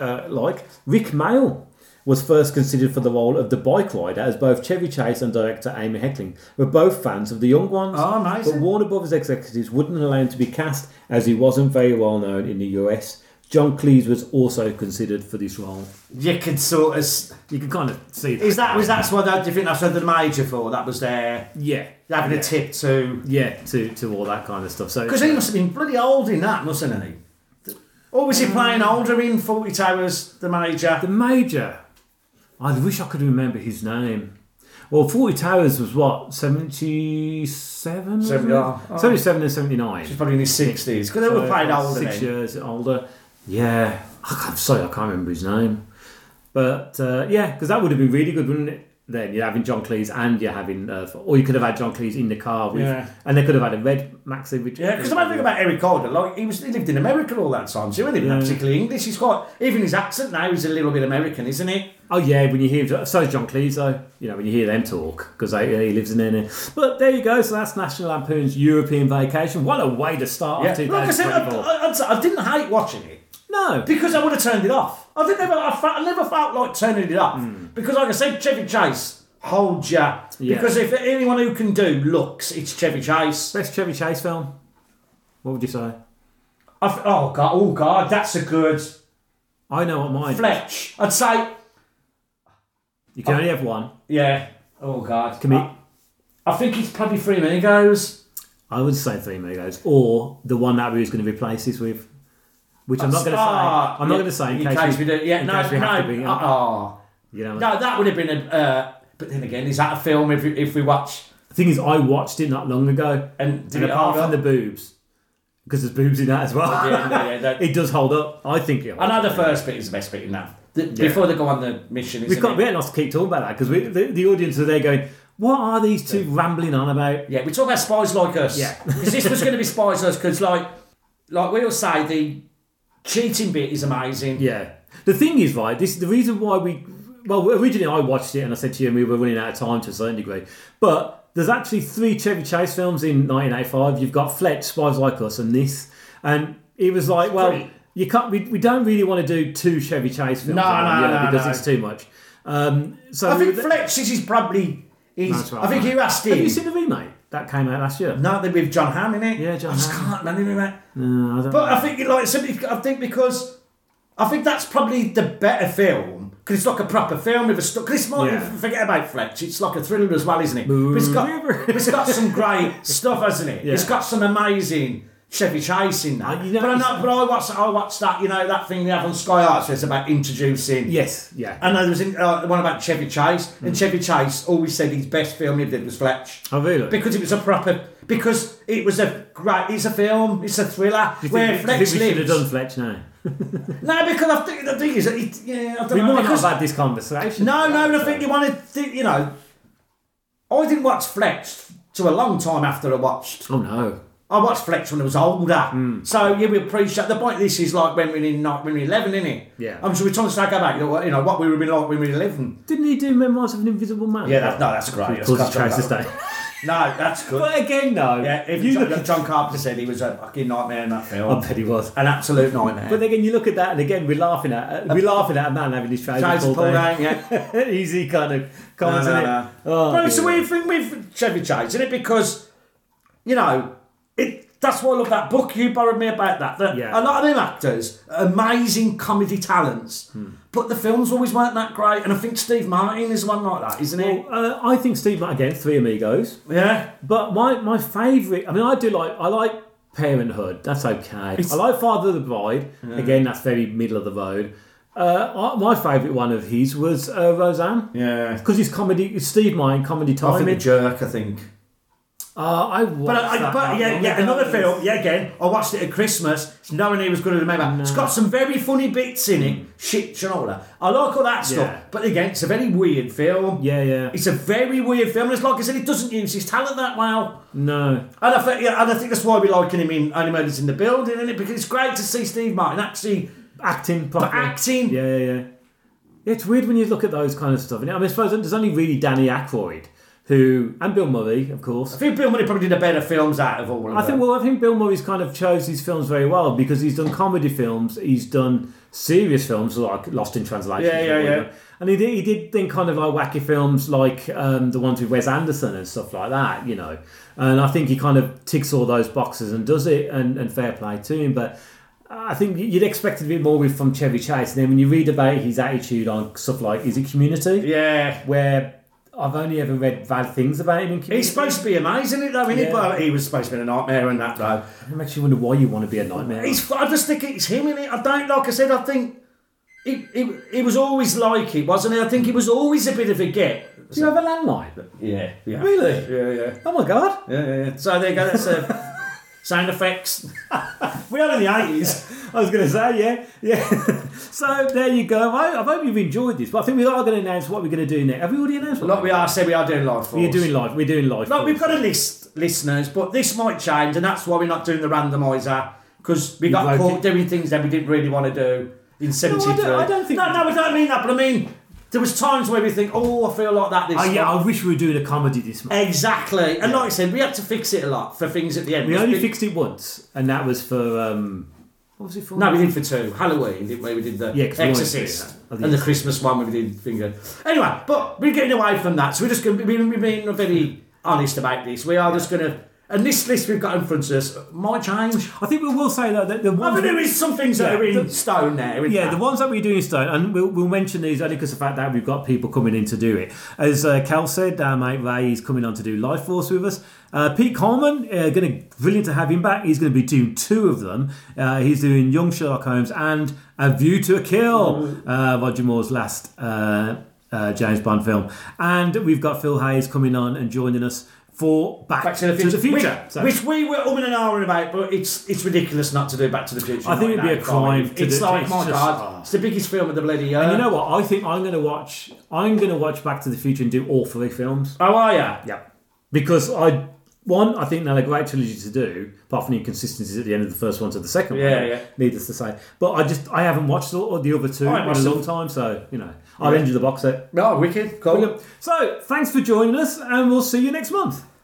Speaker 7: uh, like, Rick Mail was first considered for the role of the bike rider as both Chevy Chase and director Amy Heckling were both fans of the young ones.
Speaker 8: Oh, amazing.
Speaker 7: But Warner Brothers executives wouldn't allow him to be cast as he wasn't very well known in the US. John Cleese was also considered for this role.
Speaker 8: You could sort of. s-
Speaker 7: You can kind of see that.
Speaker 8: Is that was that's what that, do you think that's what the major for? That was their
Speaker 7: Yeah.
Speaker 8: having
Speaker 7: Yeah.
Speaker 8: a tip to
Speaker 7: Yeah, to, to all that kind of stuff. So
Speaker 8: because he must have been bloody old in that, mustn't he? Or was he
Speaker 7: Mm.
Speaker 8: playing older in Forty Towers, the major?
Speaker 7: The Major. I wish I could remember his name. Well, Forty Towers was what seventy seven,
Speaker 8: Seventy- oh, oh.
Speaker 7: seventy seven and seventy nine.
Speaker 8: She's probably in his 60s, 'cause they were playing older
Speaker 7: Six
Speaker 8: then.
Speaker 7: years older. Yeah, I can't, I'm sorry, I can't remember his name. But uh, yeah, because that would have been really good, wouldn't it? Then you're having John Cleese and you're having, uh, or you could have had John Cleese in the car with,
Speaker 8: Yeah.
Speaker 7: and they could have had a red maxi. With
Speaker 8: Yeah, because the main thing about Eric Holder, like he was he lived in America all that time, so he wasn't even
Speaker 7: Yeah.
Speaker 8: particularly English. He's quite even his accent now is a little bit American, isn't it?
Speaker 7: Oh yeah, when you hear so is John Cleese though, you know when you hear them talk because he lives in there. But there you go. So that's National Lampoon's European Vacation. What a way to start
Speaker 8: Yeah.
Speaker 7: off
Speaker 8: Like I said, uh, I,
Speaker 7: 2024.
Speaker 8: I, I'd say I didn't hate watching it.
Speaker 7: No,
Speaker 8: because I would have turned it off. I didn't ever. I, fe- I never felt like turning it off because, like I said, Chevy Chase hold ya.
Speaker 7: Hmm. Yeah.
Speaker 8: Because if anyone who can do looks, it's Chevy Chase.
Speaker 7: Best Chevy Chase film. What would you say?
Speaker 8: I th- oh god, oh god, that's a good
Speaker 7: I know what mine. is.
Speaker 8: Fletch. I'd say
Speaker 7: You can only have one.
Speaker 8: yeah. Oh god,
Speaker 7: Can we-
Speaker 8: I, I think it's probably three amigos.
Speaker 7: I would say Three Amigos or the one that we was going to replace this with, which I'm not going to say.
Speaker 8: Ah,
Speaker 7: I'm not going to say in,
Speaker 8: in case, we do. Yeah,
Speaker 7: in
Speaker 8: no,
Speaker 7: case we
Speaker 8: no.
Speaker 7: have to be.
Speaker 8: uh,
Speaker 7: you know,
Speaker 8: no, that would have been a. Uh, but then again, is that a film? If we, if we watch
Speaker 7: The thing is, I watched it not long ago,
Speaker 8: and did
Speaker 7: and
Speaker 8: it
Speaker 7: apart
Speaker 8: hold
Speaker 7: from
Speaker 8: up?
Speaker 7: the boobs, because there's boobs in that as well.
Speaker 8: Yeah, yeah, yeah,
Speaker 7: *laughs*
Speaker 8: that-
Speaker 7: it does hold up. I think it.
Speaker 8: I
Speaker 7: Holds
Speaker 8: know
Speaker 7: up.
Speaker 8: the first bit is the best bit in that. The- Before they go on the mission,
Speaker 7: We
Speaker 8: isn't
Speaker 7: can't.
Speaker 8: it?
Speaker 7: We don't have to keep talking about that because the, the audience are there going, "What are these two rambling on about?"
Speaker 8: Yeah, we talk about spies like us.
Speaker 7: Yeah.
Speaker 8: because this was going to be spies like us. Because like, like we all say, the cheating bit is amazing.
Speaker 7: Yeah. The thing is, right, this the reason why we. Well, originally I watched it and I said to you, we were running out of time to a certain degree. But there's actually three Chevy Chase films in 1985. You've got Fletch, Spies Like Us, and this. And it was like, well,
Speaker 8: Three.
Speaker 7: you can't. We, we don't really want to do two Chevy Chase films
Speaker 8: No,
Speaker 7: on one,
Speaker 8: no,
Speaker 7: you know,
Speaker 8: no,
Speaker 7: because
Speaker 8: no.
Speaker 7: it's too much. Um, so
Speaker 8: I
Speaker 7: we
Speaker 8: think
Speaker 7: were-
Speaker 8: Fletch is his probably. He's,
Speaker 7: That's right,
Speaker 8: I think
Speaker 7: right.
Speaker 8: you asked him.
Speaker 7: Have you seen the remake that came out last year?
Speaker 8: No, they're with John Hamm in it.
Speaker 7: Yeah, John
Speaker 8: I just
Speaker 7: Hamm.
Speaker 8: can't remember him in it.
Speaker 7: No, I don't
Speaker 8: But
Speaker 7: know.
Speaker 8: I think like somebody, I think because I think that's probably the better film because it's like a proper film with a story. Because might
Speaker 7: Yeah.
Speaker 8: forget about Fletch, it's like a thriller as well, isn't it? But it's
Speaker 7: River.
Speaker 8: got but it's got some great stuff, hasn't it?
Speaker 7: Yeah.
Speaker 8: It's got some amazing. Chevy Chase in that,
Speaker 7: Uh, you know,
Speaker 8: but I
Speaker 7: it's-
Speaker 8: know, but I watched, I watched that, you know, that thing they have on Sky Arts where it's about introducing.
Speaker 7: yes, yeah.
Speaker 8: I know there was in, uh, one about Chevy Chase, and
Speaker 7: Mm.
Speaker 8: Chevy Chase always said his best film he did was Fletch.
Speaker 7: Oh, really?
Speaker 8: Because it was a proper. Because it was a great. It's a film. It's a thriller
Speaker 7: Do you
Speaker 8: where
Speaker 7: think, do you
Speaker 8: Fletch
Speaker 7: think we should have
Speaker 8: lives.
Speaker 7: done Fletch now.
Speaker 8: No, because I think the thing is, that it, yeah, I don't
Speaker 7: We might
Speaker 8: know.
Speaker 7: not
Speaker 8: because-
Speaker 7: have had this conversation.
Speaker 8: no, no, and I think you wanted. To, you know, I didn't watch Fletch to a long time after I watched.
Speaker 7: Oh no.
Speaker 8: I watched Fletch when I was older,
Speaker 7: Hmm.
Speaker 8: so yeah, we appreciate the point. of This is like when we were in like, when we were eleven, isn't it?
Speaker 7: Yeah.
Speaker 8: I'm sure we're talking back about you know, what- you know what we would have been like when we were eleven.
Speaker 7: Didn't he do Memoirs of an Invisible Man?
Speaker 8: Yeah, that, no, that's great.
Speaker 7: Of
Speaker 8: That's
Speaker 7: course,
Speaker 8: got
Speaker 7: he tries to
Speaker 8: John
Speaker 7: stay.
Speaker 8: Carpenter. No, that's good.
Speaker 7: But again, no.
Speaker 8: Yeah, if
Speaker 7: you look
Speaker 8: John, John Carpenter said he was a fucking nightmare in that film.
Speaker 7: I bet he was.
Speaker 8: An absolute nightmare.
Speaker 7: But again, you look at that, and again, we're laughing at we're laughing at a man having his trousers,
Speaker 8: James
Speaker 7: pulled,
Speaker 8: Paul
Speaker 7: down.
Speaker 8: Dane,
Speaker 7: *laughs*
Speaker 8: yeah.
Speaker 7: Easy kind of comment,
Speaker 8: No,
Speaker 7: *laughs*
Speaker 8: no,
Speaker 7: isn't
Speaker 8: no.
Speaker 7: it? Oh,
Speaker 8: but it's a
Speaker 7: dear.
Speaker 8: weird thing with Chevy Chase, isn't it? Because, you know, it. that's why I love that book you borrowed me about that. that
Speaker 7: Yeah.
Speaker 8: A lot of them actors, amazing comedy talents,
Speaker 7: Hmm.
Speaker 8: but the films always weren't that great. And I think Steve Martin is one like that, isn't he?
Speaker 7: Uh, I think Steve Martin again, Three Amigos.
Speaker 8: Yeah.
Speaker 7: But my my favourite, I mean, I do like I like Parenthood. That's okay. I like Father of the Bride. Again, that's very middle of the road. Uh, I, my favourite one of his was uh, Roseanne.
Speaker 8: Yeah.
Speaker 7: Because his comedy, it's Steve Martin comedy
Speaker 8: I think the
Speaker 7: timing.
Speaker 8: jerk, I think.
Speaker 7: Uh, I watched
Speaker 8: But, I,
Speaker 7: that
Speaker 8: but
Speaker 7: not
Speaker 8: yeah,
Speaker 7: long
Speaker 8: yeah,
Speaker 7: ago.
Speaker 8: another film. Yeah, again, I watched it at Christmas, knowing he was going to remember. It's got some very funny bits in it, shit and all that. I like all that stuff.
Speaker 7: Mm. Yeah.
Speaker 8: But again, it's a very weird film.
Speaker 7: Yeah, yeah.
Speaker 8: It's a very weird film. It's like I said, he doesn't use his talent that well.
Speaker 7: No.
Speaker 8: And I, think, yeah, and I think that's why we liking him in Only Murders in the Building, isn't it? Because it's great to see Steve Martin actually
Speaker 7: Acting properly.
Speaker 8: acting.
Speaker 7: Yeah, yeah, yeah. Yeah, It's weird when you look at those kind of stuff. And I mean, I suppose there's only really Danny Aykroyd who, and Bill Murray, of
Speaker 8: I
Speaker 7: course.
Speaker 8: think Bill Murray probably did a better films out of all of
Speaker 7: I think,
Speaker 8: them.
Speaker 7: well, I think Bill Murray's kind of chose his films very well because he's done comedy films, he's done serious films like Lost in Translation.
Speaker 8: Yeah, yeah,
Speaker 7: and whatever.
Speaker 8: yeah.
Speaker 7: And he did, he did then kind of like wacky films like um, the ones with Wes Anderson and stuff like that, you know. And I think he kind of ticks all those boxes and does it, and, and fair play to him. But I think you'd expect a bit more with from Chevy Chase. And then when you read about his attitude on stuff like Is it Community?
Speaker 8: yeah.
Speaker 7: Where I've only ever read bad things about him in Community.
Speaker 8: He's supposed to be amazing, isn't he? though, isn't
Speaker 7: Yeah.
Speaker 8: he? But he was supposed to be a nightmare in that, though.
Speaker 7: It makes you wonder why you want to be a nightmare.
Speaker 8: It's, I just think it's him in it. I don't like I said. I think He, he, he was always like it, wasn't he? I think he was always a bit of a get.
Speaker 7: Do you have a landline?
Speaker 8: Yeah. yeah.
Speaker 7: Really?
Speaker 8: Yeah, yeah.
Speaker 7: Oh my god.
Speaker 8: Yeah, yeah, yeah. So there you go,
Speaker 7: *laughs*
Speaker 8: that's uh, sound effects.
Speaker 7: We are in the eighties. I was going to say, yeah, yeah. *laughs* so there you go. I, I hope you've enjoyed this, but I think we are going to announce what we're going to do next. Have we already announced? What
Speaker 8: Like we are, say we are doing live for
Speaker 7: We're doing live. We're doing live.
Speaker 8: Look, we've
Speaker 7: calls.
Speaker 8: got a list, listeners, but this might change, and that's why we're not doing the randomiser because we got
Speaker 7: voted.
Speaker 8: caught doing things that we didn't really want to do in '73.
Speaker 7: I don't think-
Speaker 8: No, no, I don't mean that, but I mean there was times where we think, oh, I feel like that. This
Speaker 7: Oh, yeah,
Speaker 8: month."
Speaker 7: I wish we were doing a comedy this month.
Speaker 8: exactly. And like I said, we had to fix it a lot for things at the end.
Speaker 7: We
Speaker 8: It's
Speaker 7: only
Speaker 8: been-
Speaker 7: fixed it once, and that was for um, what was it for?
Speaker 8: No, we did for two. Halloween, didn't we? We did the
Speaker 7: Yeah, 'cause we wanted to do
Speaker 8: Exorcist
Speaker 7: that.
Speaker 8: and the Christmas one. We did finger. Anyway, but we're getting away from that, so we're just going to be we're being very honest about this. We are just going to. And this list we've got in front of us might change.
Speaker 7: I think we will say though that the
Speaker 8: I
Speaker 7: ones
Speaker 8: mean, there is some things that
Speaker 7: Yeah,
Speaker 8: are in
Speaker 7: the-
Speaker 8: stone there. isn't
Speaker 7: yeah,
Speaker 8: there?
Speaker 7: the ones that we're doing stone, and we'll, we'll mention these only because of the fact that we've got people coming in to do it. As uh, Cal said, our mate Ray is coming on to do Life Force with us. Uh, Pete Coleman, uh, going to brilliant to have him back. He's going to be doing two of them. Uh, he's doing Young Sherlock Holmes and A View to a
Speaker 8: Mm.
Speaker 7: Kill, uh, Roger Moore's last uh, uh, James Bond film. And we've got Phil Hayes coming on and joining us for Back,
Speaker 8: Back to the Future,
Speaker 7: Future.
Speaker 8: which,
Speaker 7: So-
Speaker 8: which we were umming and ahhing about, but it's it's ridiculous not to do Back to the Future.
Speaker 7: I think it'd be a
Speaker 8: 1995.
Speaker 7: crime to
Speaker 8: it's
Speaker 7: do-
Speaker 8: like
Speaker 7: it's
Speaker 8: my
Speaker 7: just-
Speaker 8: god, it's the biggest film of the bloody year.
Speaker 7: And you know what? I think I'm going to watch. I'm going to watch Back to the Future and do all three films.
Speaker 8: How are you?
Speaker 7: Yeah. Because I one, I think they're a great trilogy to do, apart from the inconsistencies at the end of the first one to the second
Speaker 8: Yeah,
Speaker 7: one.
Speaker 8: yeah.
Speaker 7: Needless to say. But I just I haven't watched all all the other two
Speaker 8: I haven't
Speaker 7: in
Speaker 8: watched
Speaker 7: a
Speaker 8: them.
Speaker 7: long time, so you know. I'll end you the box set.
Speaker 8: Oh, wicked, cool.
Speaker 7: So thanks for joining us and we'll see you next month.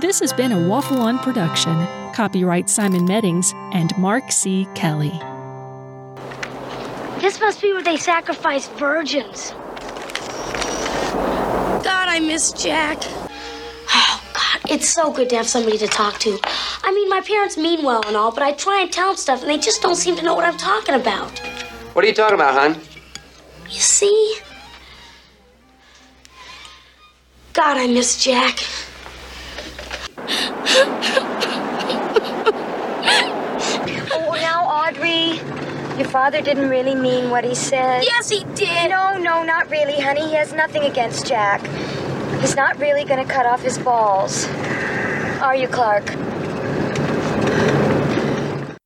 Speaker 12: This has been a Waffle On production. Copyright Simon Meddings and Mark C. Kelly.
Speaker 4: This must be where they sacrifice virgins.
Speaker 9: God, I miss Jack.
Speaker 4: Oh, God, it's so good to have somebody to talk to. I mean, my parents mean well and all, but I try and tell them stuff, and they just don't seem to know what I'm talking about.
Speaker 10: What are you talking about, hon?
Speaker 4: You see? God, I miss Jack.
Speaker 13: Oh, now, Audrey, your father didn't really mean what he said.
Speaker 9: Yes, he did.
Speaker 13: No, no, not really, honey. He has nothing against Jack. He's not really going to cut off his balls. Are you, Clark?